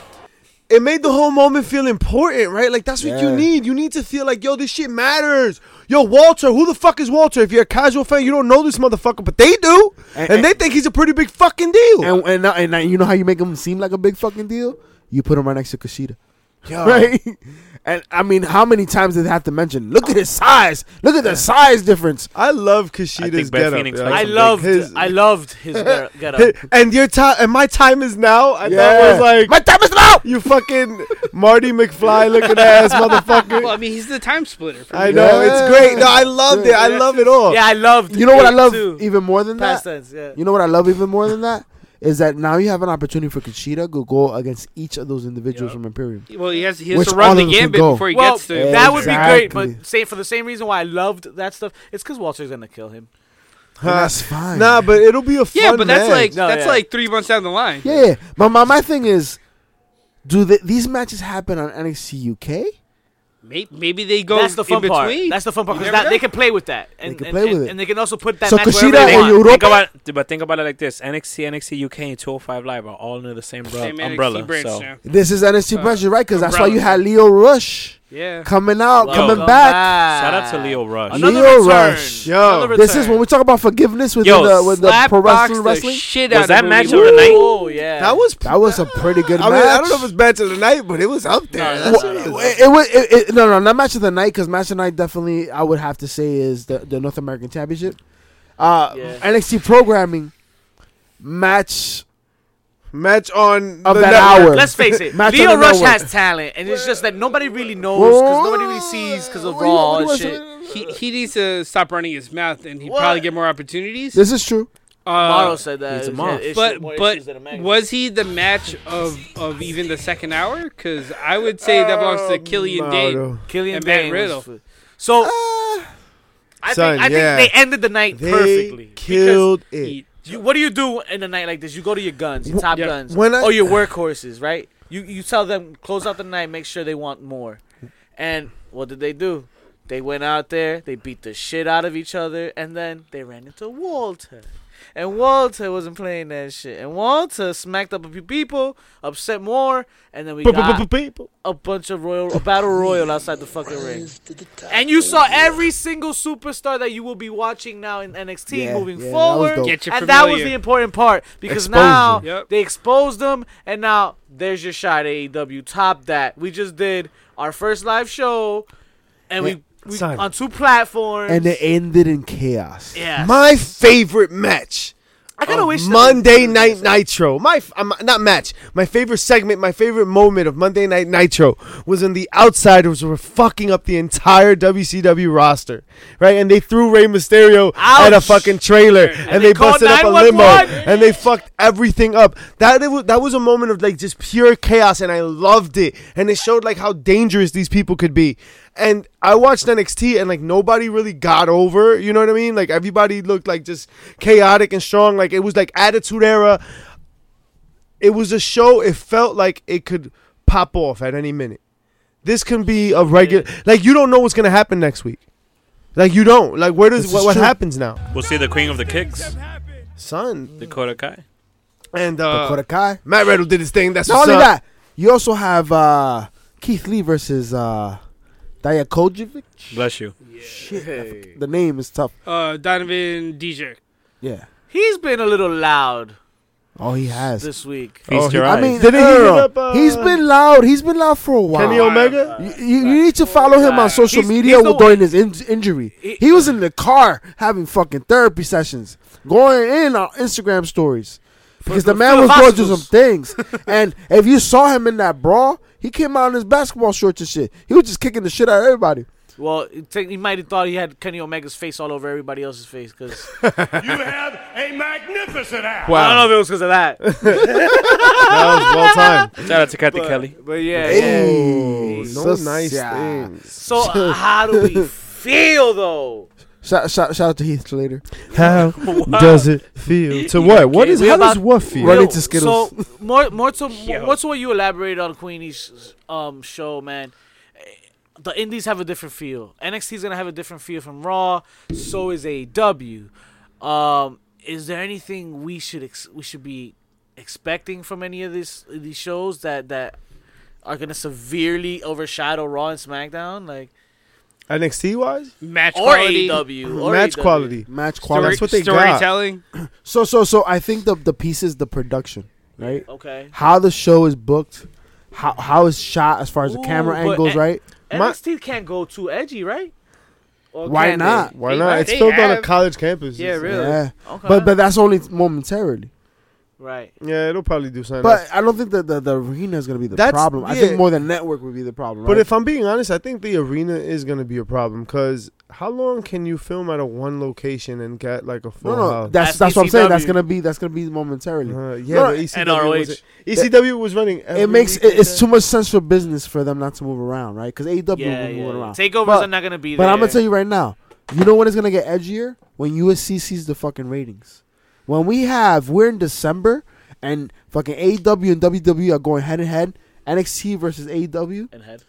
C: it made the whole moment feel important, right? Like that's what you
B: Yeah.
C: need. You need to feel like, yo, this shit matters. Yo, Walter, who the fuck is Walter? If you're a casual fan, you don't know this motherfucker, but they do, and,
B: And-
C: they think he's a pretty big fucking deal.
B: and, and, and, and you know how you make him seem like a big fucking deal? You put him right next to Kushida.
C: Yo.
B: Right? And I mean, how many times did they have to mention? Look at his size. Look at the size difference.
C: I love Kushida's
D: think Beth
C: getup.
D: Phoenix
C: yo.
D: likes
A: I
D: Some
A: loved.
C: his-
A: I loved his get up.
C: Hey, and your time and my time is now. I thought was like
B: my time is now.
C: you fucking Marty McFly looking ass motherfucker.
E: Well, I mean, he's the time splitter. For
C: I
E: me.
C: know
B: Yeah.
C: it's great. No, I loved it. I love it all.
A: Yeah, I loved.
B: Oh. You know what I
A: it
B: love
A: too.
B: even more than
A: Past
B: that?
A: tense. Yeah.
B: You know what I love even more than that? Is that now you have an opportunity for Kushida to go against each of those individuals from Imperium.
E: Well, he has he has
B: Which
E: to
B: all
E: run the
B: of them can
E: gambit
B: go.
E: before he
A: well,
E: gets to.
A: that would be
B: Exactly.
A: great, but say for the same reason why I loved that stuff, it's because Walter's gonna kill him.
B: And that's fine.
C: Nah, but it'll be a fun.
E: yeah, but that's
C: match.
E: like
A: No,
E: that's
A: yeah.
E: like three months down the line.
B: Yeah, yeah. But my, my thing is, do the, these matches happen on NXT UK?
E: Maybe, maybe they go
A: That's the fun
E: in
A: part.
E: between.
A: That's the fun part
E: You
A: because
E: never know.
A: they can play with that, and
B: can
A: and-
B: play with
A: and-
B: it.
A: and they can also put that
B: So
A: match wherever
B: Kushida
A: they
B: and
A: want.
B: Europa-
D: Think about, but think about it like this: NXT, NXT UK, and 205 Live are all under the same, bro-
E: Same NXT
D: umbrella.
E: branch
D: so
E: now.
B: This is NXT
E: Uh,
B: pressure, right? Because that's why
E: umbrella.
B: you had Leo Rush
E: Yeah.
B: coming out,
A: Yo,
B: coming
A: come
B: back.
D: shout out to Leo Rush.
B: Another- Leo
A: Another return.
B: Rush.
C: Yo.
A: Another
B: This
A: return.
B: is when we talk about forgiveness within
D: Yo,
B: the, with the pro wrestling. wrestling.
E: shit
D: Was
E: out
D: that
E: of
D: match of
E: Moody
D: the
E: Moore.
D: night?
A: Oh yeah.
C: that was.
B: That was a pretty good
C: I
B: match.
C: mean, I don't know if it's match of the night, but it was up there.
A: No,
C: That's
A: no, no,
C: what
A: no.
C: it
B: Well,
C: is.
B: it, was it, it- no no not match of the night because match of the night definitely I would have to say is the, the North American Championship. Uh,
A: Yeah.
B: NXT programming match
C: Match on
B: Of
C: the
B: that
C: network.
B: hour.
A: Let's face it,
B: Match
A: Leo
B: on the
A: Rush
B: network.
A: has talent, and it's just that nobody really knows because nobody really sees because of
B: What do you-
A: Raw
B: what do
A: and
B: you
A: shit.
B: want to say?
E: He, he needs to stop running his mouth, and he'd
A: What?
E: probably get more opportunities.
B: This is true.
A: Morrow
E: Uh,
A: said that.
D: he's a
A: it was-
D: moth.
A: it- it
E: but
A: showed more issues than a
E: but
A: magazine.
E: was he the match of of even the second hour? Because I would say that belongs
C: Oh,
E: to Killian Dane.
C: Mauro.
A: Killian
E: and Matt
A: Dane was
E: Riddle.
A: f- So I
C: Uh, Son,
A: think I
C: yeah.
A: think they ended the night
C: They
A: perfectly.
C: killed it.
E: He-
A: Because you, what do you do in a night like this? You go to your guns, your top
E: yeah.
A: guns,
C: When I-
A: or Oh, your workhorses, right? You you tell them close out the night, make sure they want more. And what did they do? They went out there, they beat the shit out of each other, and then they ran into Walter. And Walter wasn't playing that shit. And Walter smacked up a few people, upset more, and then we got a bunch of royal a battle royal outside the fucking ring. And you saw every single superstar that you will be watching now in NXT
B: Yeah,
A: moving
B: yeah, that was
A: forward.
B: dope.
E: Get you
A: and that was
E: familiar.
A: the important part because
B: Exposure.
A: now
E: Yep.
A: they exposed them and now there's your shot AEW top that. We just did our first live show and we, we
C: son.
A: on two platforms.
B: And it ended in chaos.
A: yeah.
C: My favorite match.
A: I kind
C: of
A: of wish that-
C: Monday Night Nitro. My f- um, not match. My favorite segment, my favorite moment of Monday Night Nitro was when the outsiders were fucking up the entire WCW roster, right? And they threw Rey Mysterio at a
A: Ouch.
C: fucking trailer, and,
A: And
C: they,
A: they
C: busted up
A: called
C: a limo,
A: 911.
C: and they fucked everything up. That it was, that was a moment of like just pure chaos, and I loved it. And it showed like how dangerous these people could be. And I watched NXT, and like nobody really got over. You know what I mean? Like everybody looked like just chaotic and strong. Like it was like Attitude Era it was a show it felt like it could pop off at any minute this can be a regular like you don't know what's gonna happen next week like you don't like where does
B: This
C: what,
B: is
C: what
B: true.
C: happens now
D: We'll see the Queen of the Kicks,
C: son
D: Dakota Kai.
C: and uh
B: Dakota Kai.
C: matt riddle did his thing that's
B: Not
C: what's
B: only
C: up.
B: that, you also have uh, Keith Lee versus uh, Dijakovic.
D: Bless you.
B: The name is tough.
E: Uh, Donovan DJ.
B: Yeah.
A: He's been a little loud
B: Oh, he has.
A: this week.
D: Feast
C: he-
D: your
B: I
D: eyes.
B: mean,
C: Didn't he
B: no, no,
C: hit
B: no.
C: up, uh,
B: he's been loud. He's been loud for a while.
C: kenny omega
B: You, you, you need to follow him on social
A: He's-
B: media
A: he's the
B: during his in- injury.
A: He-
B: He was in the car having fucking therapy sessions, going in on Instagram stories because the man was going through some things. and if you saw him in that brawl, he came out in his basketball shorts and shit. He was just kicking the shit out of everybody.
A: Well, it take- he might have thought he had Kenny Omega's face all over everybody else's face because
H: You have a magnificent ass.
A: I don't know if it was because of that.
C: that was well time
D: Shout out to Kathy Kelly.
A: But yeah, yeah.
B: Hey,
C: no nice
B: yeah.
C: things
A: So how do we feel though?
B: Shout, shout, shout out to Heath later.
C: How does it feel to what? What is
A: We
C: how does
A: about-
C: what feel?
B: Running
A: Yo,
B: to Skittles.
A: So more, more so,
D: Yo.
A: what's what you elaborated on Queenie's um show, man? Eh, The Indies have a different feel. NXT's gonna have a different feel from Raw. So is AEW. Um, is there anything we should ex- we should be expecting from any of these these shows that that are gonna severely overshadow Raw and SmackDown, like
C: NXT wise,
E: Match
A: or E
E: quality.
A: AEW or
C: Mm-hmm. match
A: AEW.
C: quality.
B: Match
E: Story,
B: quality.
C: That's what they got.
E: storytelling.
B: So, so, so I think the the piece is the production, right?
A: Okay.
B: How the show is booked, how how it's shot as far as the
A: Ooh,
B: camera
A: but
B: angles,
A: a-
B: right?
C: My-
A: NXT can't go too edgy, right? Or
B: Why
A: can they?
B: not?
C: Why
E: They-
C: not? It's
E: they
C: still on a
E: have-
C: college campus.
E: Yeah,
C: It's-
E: really.
B: Yeah.
A: Okay.
B: But but that's only momentarily.
A: right.
C: Yeah, it'll probably do something. else.
B: But I don't think that the, the arena is going to be the
C: That's-
B: problem. I
C: yeah.
B: think more the network would be the problem.
C: But
B: right?
C: if I'm being honest, I think the arena is going to be a problem because how long can you film at a one location and get like a
B: no,
C: full
B: no,
C: house?
B: that's
A: That's Uh-huh.
B: that's what I'm saying. That's
A: ECW.
B: gonna be that's gonna be momentarily.
C: Uh,
B: No,
C: yeah, but ECW was,
A: NROH.
C: ECW was running. every
B: It makes
C: week
B: it,
C: like
B: it's
C: that.
B: too much sense for business for them not to move around, right? Because AEW
A: Yeah,
B: will move
A: yeah, yeah.
B: around.
A: Takeovers
B: But-
A: are not gonna be
B: But
A: there.
B: I'm gonna tell you right now, you know when it's gonna get edgier when USC sees the fucking ratings. When we have we're in December and fucking AEW and WWE are going head to head. NXT versus AEW.
A: And head.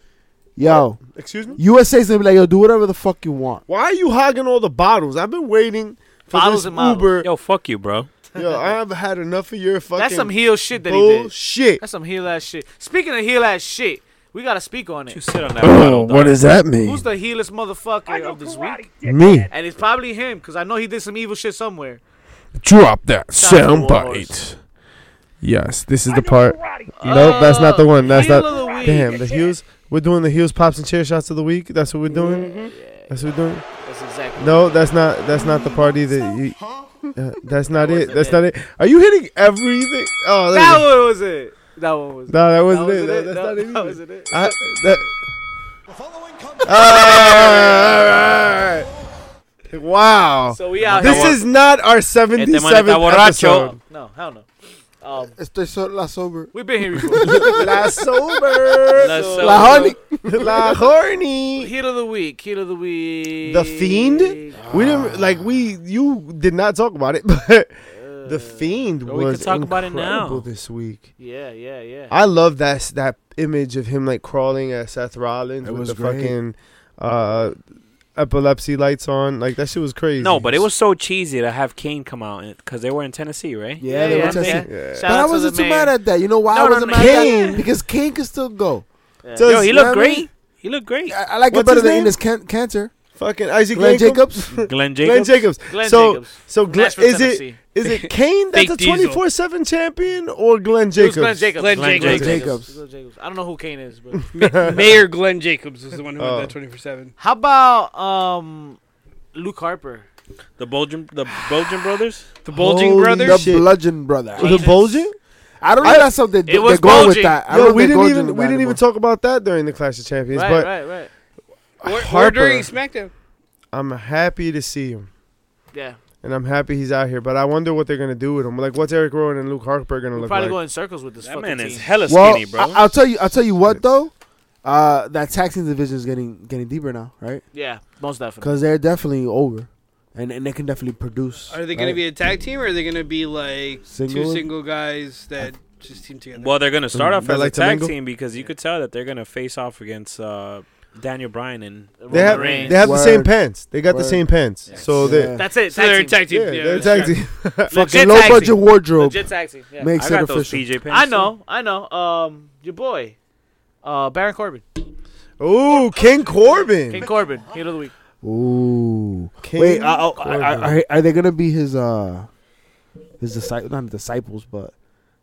B: Yo,
C: Excuse me.
B: USA's gonna be like, yo, do whatever the fuck you want.
C: Why are you hogging all the bottles? I've been waiting for
A: Bottles
C: this
A: and models.
C: Uber.
D: Yo, fuck you, bro.
C: Yo, I've had enough of your fucking
A: That's some heel shit that he did.
C: bullshit.
A: That's some heel ass shit. Speaking of heel ass shit, we gotta speak on
D: You
A: it.
D: sit on that bottle. dog.
C: does that mean?
A: Who's the heelest motherfucker of this week?
C: Me.
A: And it's probably him, because I know he did some evil shit somewhere.
C: Drop that
A: Sound soundbite.
C: Yes, this is the part. Nope, that's not the one. That's
A: Heel
C: not.
A: of the week.
C: Damn, the heels. We're doing the heels, pops, and chair shots of the week. That's what we're doing.
A: Mm-hmm.
C: That's what we're doing.
A: That's exactly.
C: No, that's not. That's not the party that you. uh, that's not it. That's not it. Are you hitting everything? Oh,
A: That
C: that was,
A: one was it. That one was.
C: no, that
A: it.
C: wasn't it.
A: That
C: No,
A: wasn't
C: That's not it.
A: No, That
C: either.
A: wasn't it.
C: I, that. Ah, all right, all right. Wow.
A: So we out
C: This
A: here.
C: is not our
D: Este man está
C: 77th
D: borracho.
C: episode.
A: No, hell no. Um,
B: Estoy so- la sober.
A: we've been here before.
C: La sober.
D: Let's
A: So-
D: sell
B: La
D: it.
B: honey.
C: La horny.
A: heel of the week. Heel of the week.
C: The Fiend? We didn't like we. You did not talk about it, but
A: Uh,
C: the fiend
D: Well, Uh, we
C: was
D: could talk about it
C: incredible
D: now.
C: this week.
A: Yeah, yeah, yeah.
C: I love that s- that image of him like crawling at Seth Rollins
B: It
C: with
B: was
C: the
B: great.
C: fucking uh, epilepsy lights on. Like that shit was crazy.
D: No, but it was so cheesy to have Kane come out because they were in Tennessee, right?
B: Yeah, they
A: yeah,
B: were testing.
A: yeah.
C: Yeah.
A: Shout
B: But
A: out
B: I
A: to
B: wasn't
A: the
B: too
A: man.
B: mad at that. You know why
A: No,
B: I
A: no,
B: wasn't
A: no,
B: mad at
C: Kane.
B: that? Because Kane can still go.
A: Yo,
D: Yo, he
C: you know
D: looked
C: what I mean?
D: great. He looked great.
B: I, I like
C: What's
B: it better
C: his
B: than
C: name?
B: Ennis Can- Cantor.
C: Fucking Isaac
B: Glenn
C: Yankum?
B: Jacobs.
D: Glenn
C: Glenn
D: Jacobs.
C: Jacobs.
A: Glenn
C: so
A: Jacobs.
C: so Glenn,
A: Nashville,
C: is it
A: Tennessee.
C: is it Kane that's
E: Big
C: a
E: Diesel.
C: twenty four seven champion or Glenn Jacobs?
A: It was Glenn Jacobs.
E: Glenn
D: Glenn
E: Jacobs.
D: Jacobs.
B: Jacobs.
A: Glenn Jacobs. I don't know who Kane is, but
E: Ma- Mayor Glenn Jacobs was the one who
C: Oh.
E: had that 24 7.
A: how about um, Luke Harper?
D: The Belgian, the Belgian brothers.
E: The Bulging
C: Holy
E: Brothers?
B: The
C: shit.
B: Bludgeon Brother.
C: The Bulging?
B: I don't know.
C: I-
B: that's something
A: It
B: they're
A: was
B: going with
A: bulging.
B: that. I
C: Yo,
B: don't
C: we
B: think they're
C: didn't
B: going
C: even
B: with
C: we
B: that
C: didn't even
B: anymore.
C: talk about that during the Clash of Champions.
A: Right,
C: but
A: right, right.
E: Or, or
C: Harper.
E: during SmackDown.
C: I'm happy to see him.
A: Yeah,
C: And I'm happy he's out here, but I wonder what they're gonna do with him. Like, what's Eric Rowan and Luke Harper gonna
A: we're
C: look
A: probably
C: like?
A: going in circles with this
D: That
A: fucking
D: man
A: team.
D: is hella
B: well,
D: skinny, bro.
B: I, will tell you. I'll tell you what though. Uh, that taxing division is getting getting deeper now, right?
A: yeah, most definitely.
B: Because they're definitely over, and and they can definitely produce.
E: Are they going to
B: right?
E: be a tag team or are they going to be like two
B: Single?
E: single guys that just team together?
D: well, they're gonna start off
C: They
D: as
C: like
D: a
C: to
D: tag
C: mingle?
D: team because you could tell that they're gonna face off against uh, Daniel Bryan and
C: They have
A: Roman Reigns.
C: they have the same
B: Word.
C: pants. They got the
B: Word.
C: same pants. So
B: Yeah.
C: they
A: That's it.
E: so they're a
A: tag
E: tag
A: team.
E: team.
C: yeah,
E: Yeah,
C: they're a tag
E: that's right.
C: team.
A: Legit
B: fucking low
A: tag
B: budget
A: team.
B: wardrobe
A: Legit tag team. Yeah.
B: makes
D: I
B: it
D: got those
B: official.
D: PJ pants.
A: I know, I know. Um, your boy, uh, Baron Corbin.
C: Ooh, King Corbin.
A: King Corbin, heel of the week. Uh, oh,
B: Ooh.
C: King
B: Wait, I, I, I,
C: Corbin.
B: I- are, they gonna be his uh his disciples? Not disciples, but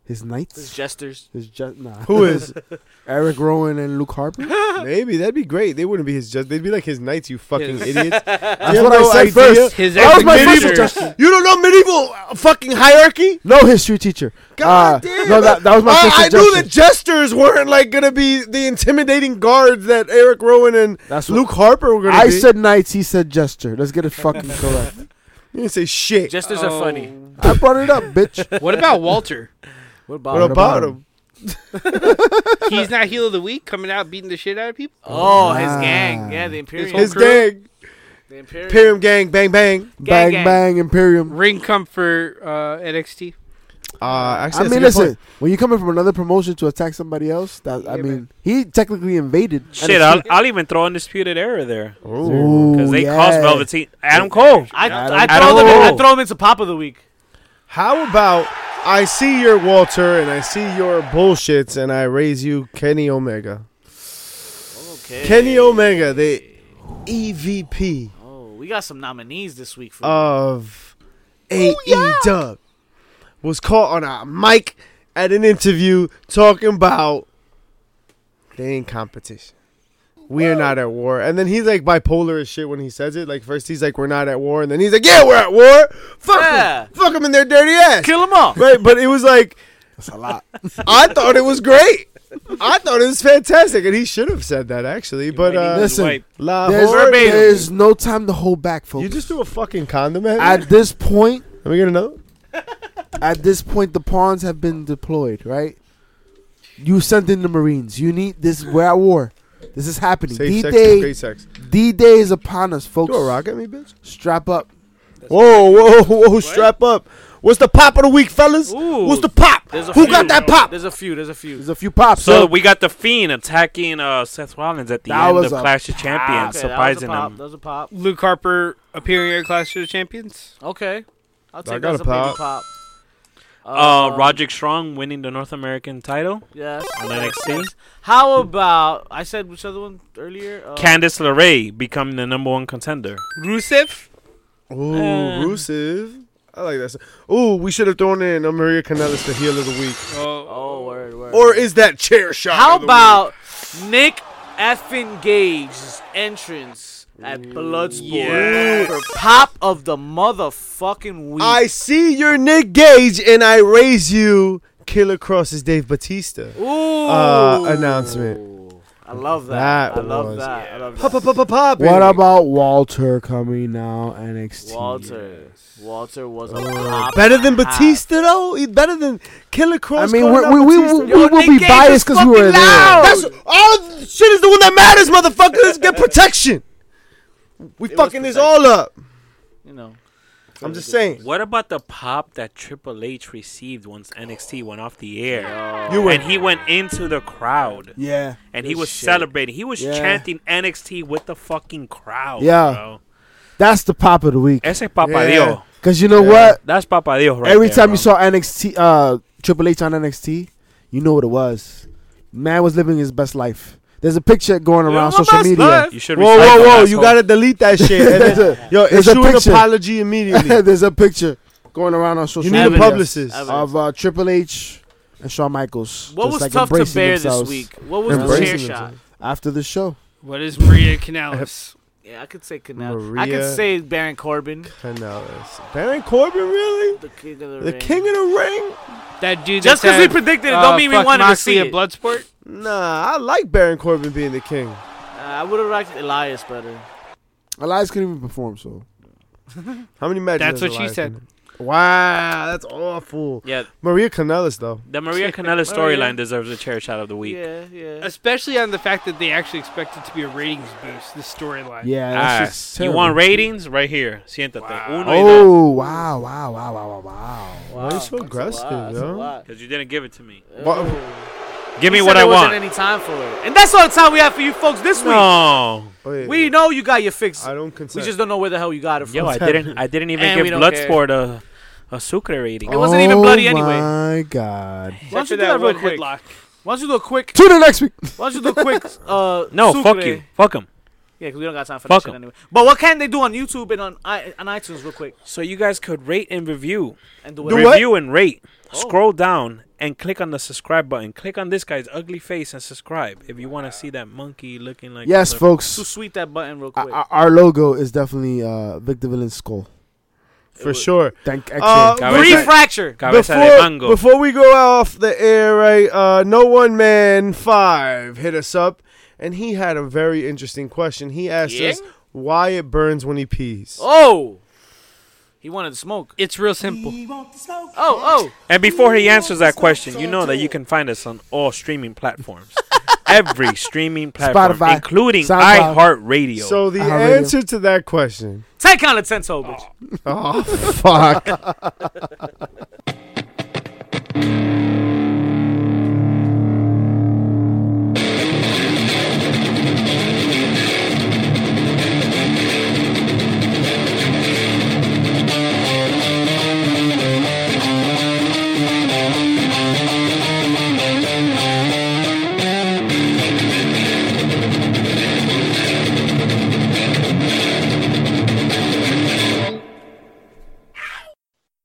B: his
A: This is
B: knights.
A: Jesters.
B: His ju- nah.
C: Who is?
B: Eric Rowan and Luke Harper? That's
C: Maybe that'd be great. They wouldn't be his judge. They'd be like his knights. You fucking
E: Yes.
C: idiots.
B: what I
C: no
B: said
C: idea.
B: first.
E: His
C: That was my first
E: executioner.
C: suggestion. You don't know medieval uh, fucking hierarchy.
B: No history teacher.
C: God
B: Uh,
C: damn.
B: No, that, that was my
C: I,
B: first
C: I knew the
B: suggestion.
C: jesters weren't like gonna be the intimidating guards that Eric Rowan and
B: That's what-
C: Luke Harper were gonna
B: I
C: be.
B: said knights. He said gesture. Let's get it fucking correct.
C: you didn't say shit.
A: Jesters are
E: Oh.
A: funny.
B: I brought it up, bitch.
E: What about Walter?
A: What about?
C: what about him?
E: He's not heel of the week, coming out beating the shit out of people.
A: Oh, his
B: Ah.
A: gang. Yeah, the Imperium.
E: whole
C: His
E: crew?
C: gang.
A: The Imperium.
C: Imperium gang, bang bang.
A: Gang,
B: bang
A: gang.
B: bang Imperium.
E: Ring comfort uh, NXT.
C: Uh,
B: I
C: actually, that's a
B: mean,
C: good
B: listen.
C: point.
B: When you're coming from another promotion to attack somebody else, that I
E: Yeah,
B: mean,
E: man.
B: he technically invaded.
D: Shit, I'll, I'll even throw Undisputed Era there.
B: Ooh,
D: Because they
B: yeah.
D: cost Velveteen. Adam Cole.
A: I,
B: Adam
A: I,
D: Cole.
A: throw them in, I throw them into Pop of the Week.
C: How about I see your Walter and I see your bullshits and I raise you Kenny Omega.
A: Okay.
C: Kenny Omega, the E EVP
A: Oh, we got some nominees this week. For
C: Uh, of AE Dub, was caught on a mic at an interview talking about they ain't competition. We are not at war. And then he's like bipolar as shit when he says it. Like first he's like we're not at war, and then he's like yeah we're at war. Fuck 'em.
A: Yeah.
C: fuck them in their dirty ass.
A: Kill them all.
C: right, but it was like
B: That's a lot.
C: I thought it was great. I thought it was fantastic, and he should have said that actually. But
D: might
C: uh,
D: need to
B: listen,
D: wipe.
C: La
B: There's,
C: Horde-
A: verbatim.
B: there's no time to hold back, folks.
C: you just do a fucking condom at me.
B: at this point,
C: Are we gonna know?
B: at this point, the pawns have been deployed. Right? You sent in the Marines. You need this. We're at war. This is happening.
C: Safe
B: D
C: sex, is
B: Day,
C: great sex.
B: D Day is upon us, folks.
C: Do a rock at me, bitch.
B: Strap up.
C: Whoa, whoa, whoa! Strap up. What's the pop of the week, fellas?
A: Ooh.
C: What's the pop?
A: There's a
C: Who
A: few.
C: got that pop?
A: There's a few. There's a few.
B: There's a few pops.
D: So we got the Fiend attacking uh, Seth Rollins at the
B: That
D: end
B: was
D: of
B: a
D: Clash of Champions,
A: Ah, Okay,
D: surprising
A: that was a pop. That
D: him.
A: was a pop.
E: Luke Harper appearing at Clash of the Champions.
A: Okay. I'll
C: got
A: take that as
C: a
A: a baby
C: pop.
A: pop.
D: Uh,
A: Um,
D: Roderick Strong winning the North American title
A: Yes.
D: on NXT.
A: How about I said which other one earlier? Uh,
D: Candice LeRae becoming the number one contender.
E: Rusev.
C: Ooh, Rusev. I like that. Ooh, we should have thrown in a Maria Canellis the heel of the week.
E: Oh,
A: Oh, word, word.
C: Or is that chair shot?
A: How
C: of the
A: about Nick effing Gage's entrance at Bloodsport for pop of the motherfucking week?
C: week? I see your Nick Gage and I raise you Killer Cross's Dave Batista.
A: Ooh.
C: Uh, announcement.
A: I love that.
C: That
A: I love
C: was-
A: that. I love
C: Pop,
A: that.
C: pop, pop, pop, pop,
B: What
C: baby.
B: about Walter coming now? NXT.
A: Walter. Walter was a
C: Uh,
A: pop.
C: Better than
A: ass.
C: Batista though. He- Better than Killer
B: I
C: Cross.
B: mean,
C: calling
B: we're,
C: out
B: we we
C: Batista?
B: we, we
A: Yo,
B: will
A: Nick
B: be
A: Gage
B: biased
A: is
B: because we were
A: fucking
B: there.
A: loud.
C: That's all the shit is the one that matters, motherfuckers. Get protection. We
A: It was
C: fucking this all up.
A: You know.
C: I'm just saying.
D: What about the pop that Triple H received once NXT went off the air?
C: You
D: And
C: win.
D: he went into the crowd.
B: Yeah.
D: And he
A: Good
D: was
A: shit.
D: celebrating. He was
B: Yeah.
D: chanting NXT with the fucking crowd.
B: Yeah.
D: Bro.
B: That's the pop of the week.
D: Ese Papa
C: Yeah.
D: Dios.
B: Because you know
C: Yeah.
B: what?
D: That's Papa Dios right
B: Every
D: there,
B: time
D: bro.
B: you saw NXT, uh, Triple H on NXT, you know what it was. Man was living his best life. There's a picture going around social media.
D: You should
C: Whoa,
D: recycle,
C: whoa, whoa! You
D: asshole.
C: gotta delete that shit. And
B: There's
C: then,
B: a-
C: yo,
B: There's a
C: issue an
B: picture.
C: apology immediately.
B: There's a picture going around on social
C: You need
B: media.
C: a publicist.
A: Evidence.
B: of uh, Triple H and Shawn Michaels.
A: What
B: just,
A: was
B: like,
A: tough to
B: embracing
A: bear
B: themselves
A: this week? What was the
C: Embracing
A: chair shot?
C: themselves.
B: after the show?
E: What is Maria Canales?
A: Yeah, I could say Canal. I could
C: Maria-
A: say Baron Corbin,
C: Canales. Baron Corbin, really?
A: the king of the,
C: The
A: ring.
C: king of the ring?
E: that dude.
A: Just
E: because
A: because we predicted it, don't mean we wanted to see
E: at
A: it. Uh,
E: Bloodsport.
C: Nah, I like Baron Corbin being the king.
A: Uh, I would have liked Elias better.
B: Elias couldn't even perform, so
C: How many matches?
E: That's
C: has
E: what she
C: Elias
E: said.
C: been in? Wow, that's awful.
D: Yeah,
C: Maria Canellis though.
D: the Maria Canella storyline deserves a chair shot of the week.
A: Oh, Yeah, yeah.
E: Especially on the fact that they actually expected to be a ratings boost. This storyline.
B: yeah.
D: Ah,
B: That's just
D: you
B: terrible.
D: want ratings right here? Siéntate. Uno y dos.
B: Oh wow! Wow! Wow! Wow! Wow! Wow!
A: Wow,
C: are you so
A: that's a
C: aggressive,
A: lot, that's a
C: yo?
A: lot.
D: Because you didn't give it to me.
C: Wha-
D: Give me
A: He
D: what I
A: said there
D: want.
A: Wasn't any time for it, and that's all the time we have for you folks this
D: no.
C: Wait,
A: week. We know you got your fix.
C: I don't
A: We
C: consent.
A: just don't know where the hell you got it from.
D: Yo, I didn't. I didn't even
A: And we
D: give
A: don't care.
D: Bloodsport a a sucre rating.
A: It wasn't even bloody
B: Oh
A: anyway.
B: my god!
A: Why don't you
E: Except
A: do
E: for
A: that real
E: one
A: quick? Why
E: headlock.
A: don't you do a quick?
B: Tune in next week.
A: Why don't you do a quick? Uh,
D: No,
A: sucre?
D: fuck you. Fuck him.
A: Yeah, 'cause we don't got time for
D: Fuck
A: that shit
D: 'em.
A: anyway. But what can they do on YouTube and on I, on iTunes real quick?
D: So you guys could rate and review,
A: And do
C: Do
A: whatever.
C: what?
D: review and rate. Scroll down and click on the subscribe button. Click on this guy's ugly face and subscribe if you want to see that monkey looking like.
B: Yes,
D: a-
A: So
B: folks.
A: sweet that button real quick.
B: Our, our logo is definitely uh, Victor Villain's skull.
C: for sure.
B: Thank
C: Uh,
B: X-ray.
D: Cabeza-
A: Free fracture.
D: Cabeza de
C: Before,
D: mango.
C: before we go off the air, right? Uh, no one man five hit us up, and he had a very interesting question. He asked us why it burns when he pees.
A: Oh, he wanted to smoke.
E: It's real simple.
A: Oh, oh.
D: and before he answers that question, you know that you can find us on all streaming platforms. every streaming platform,
B: Spotify,
D: including
B: SoundCloud.
D: iHeartRadio.
C: So the
B: I heard
C: answer to that question.
A: Take on the sense, bitch.
C: Oh fuck.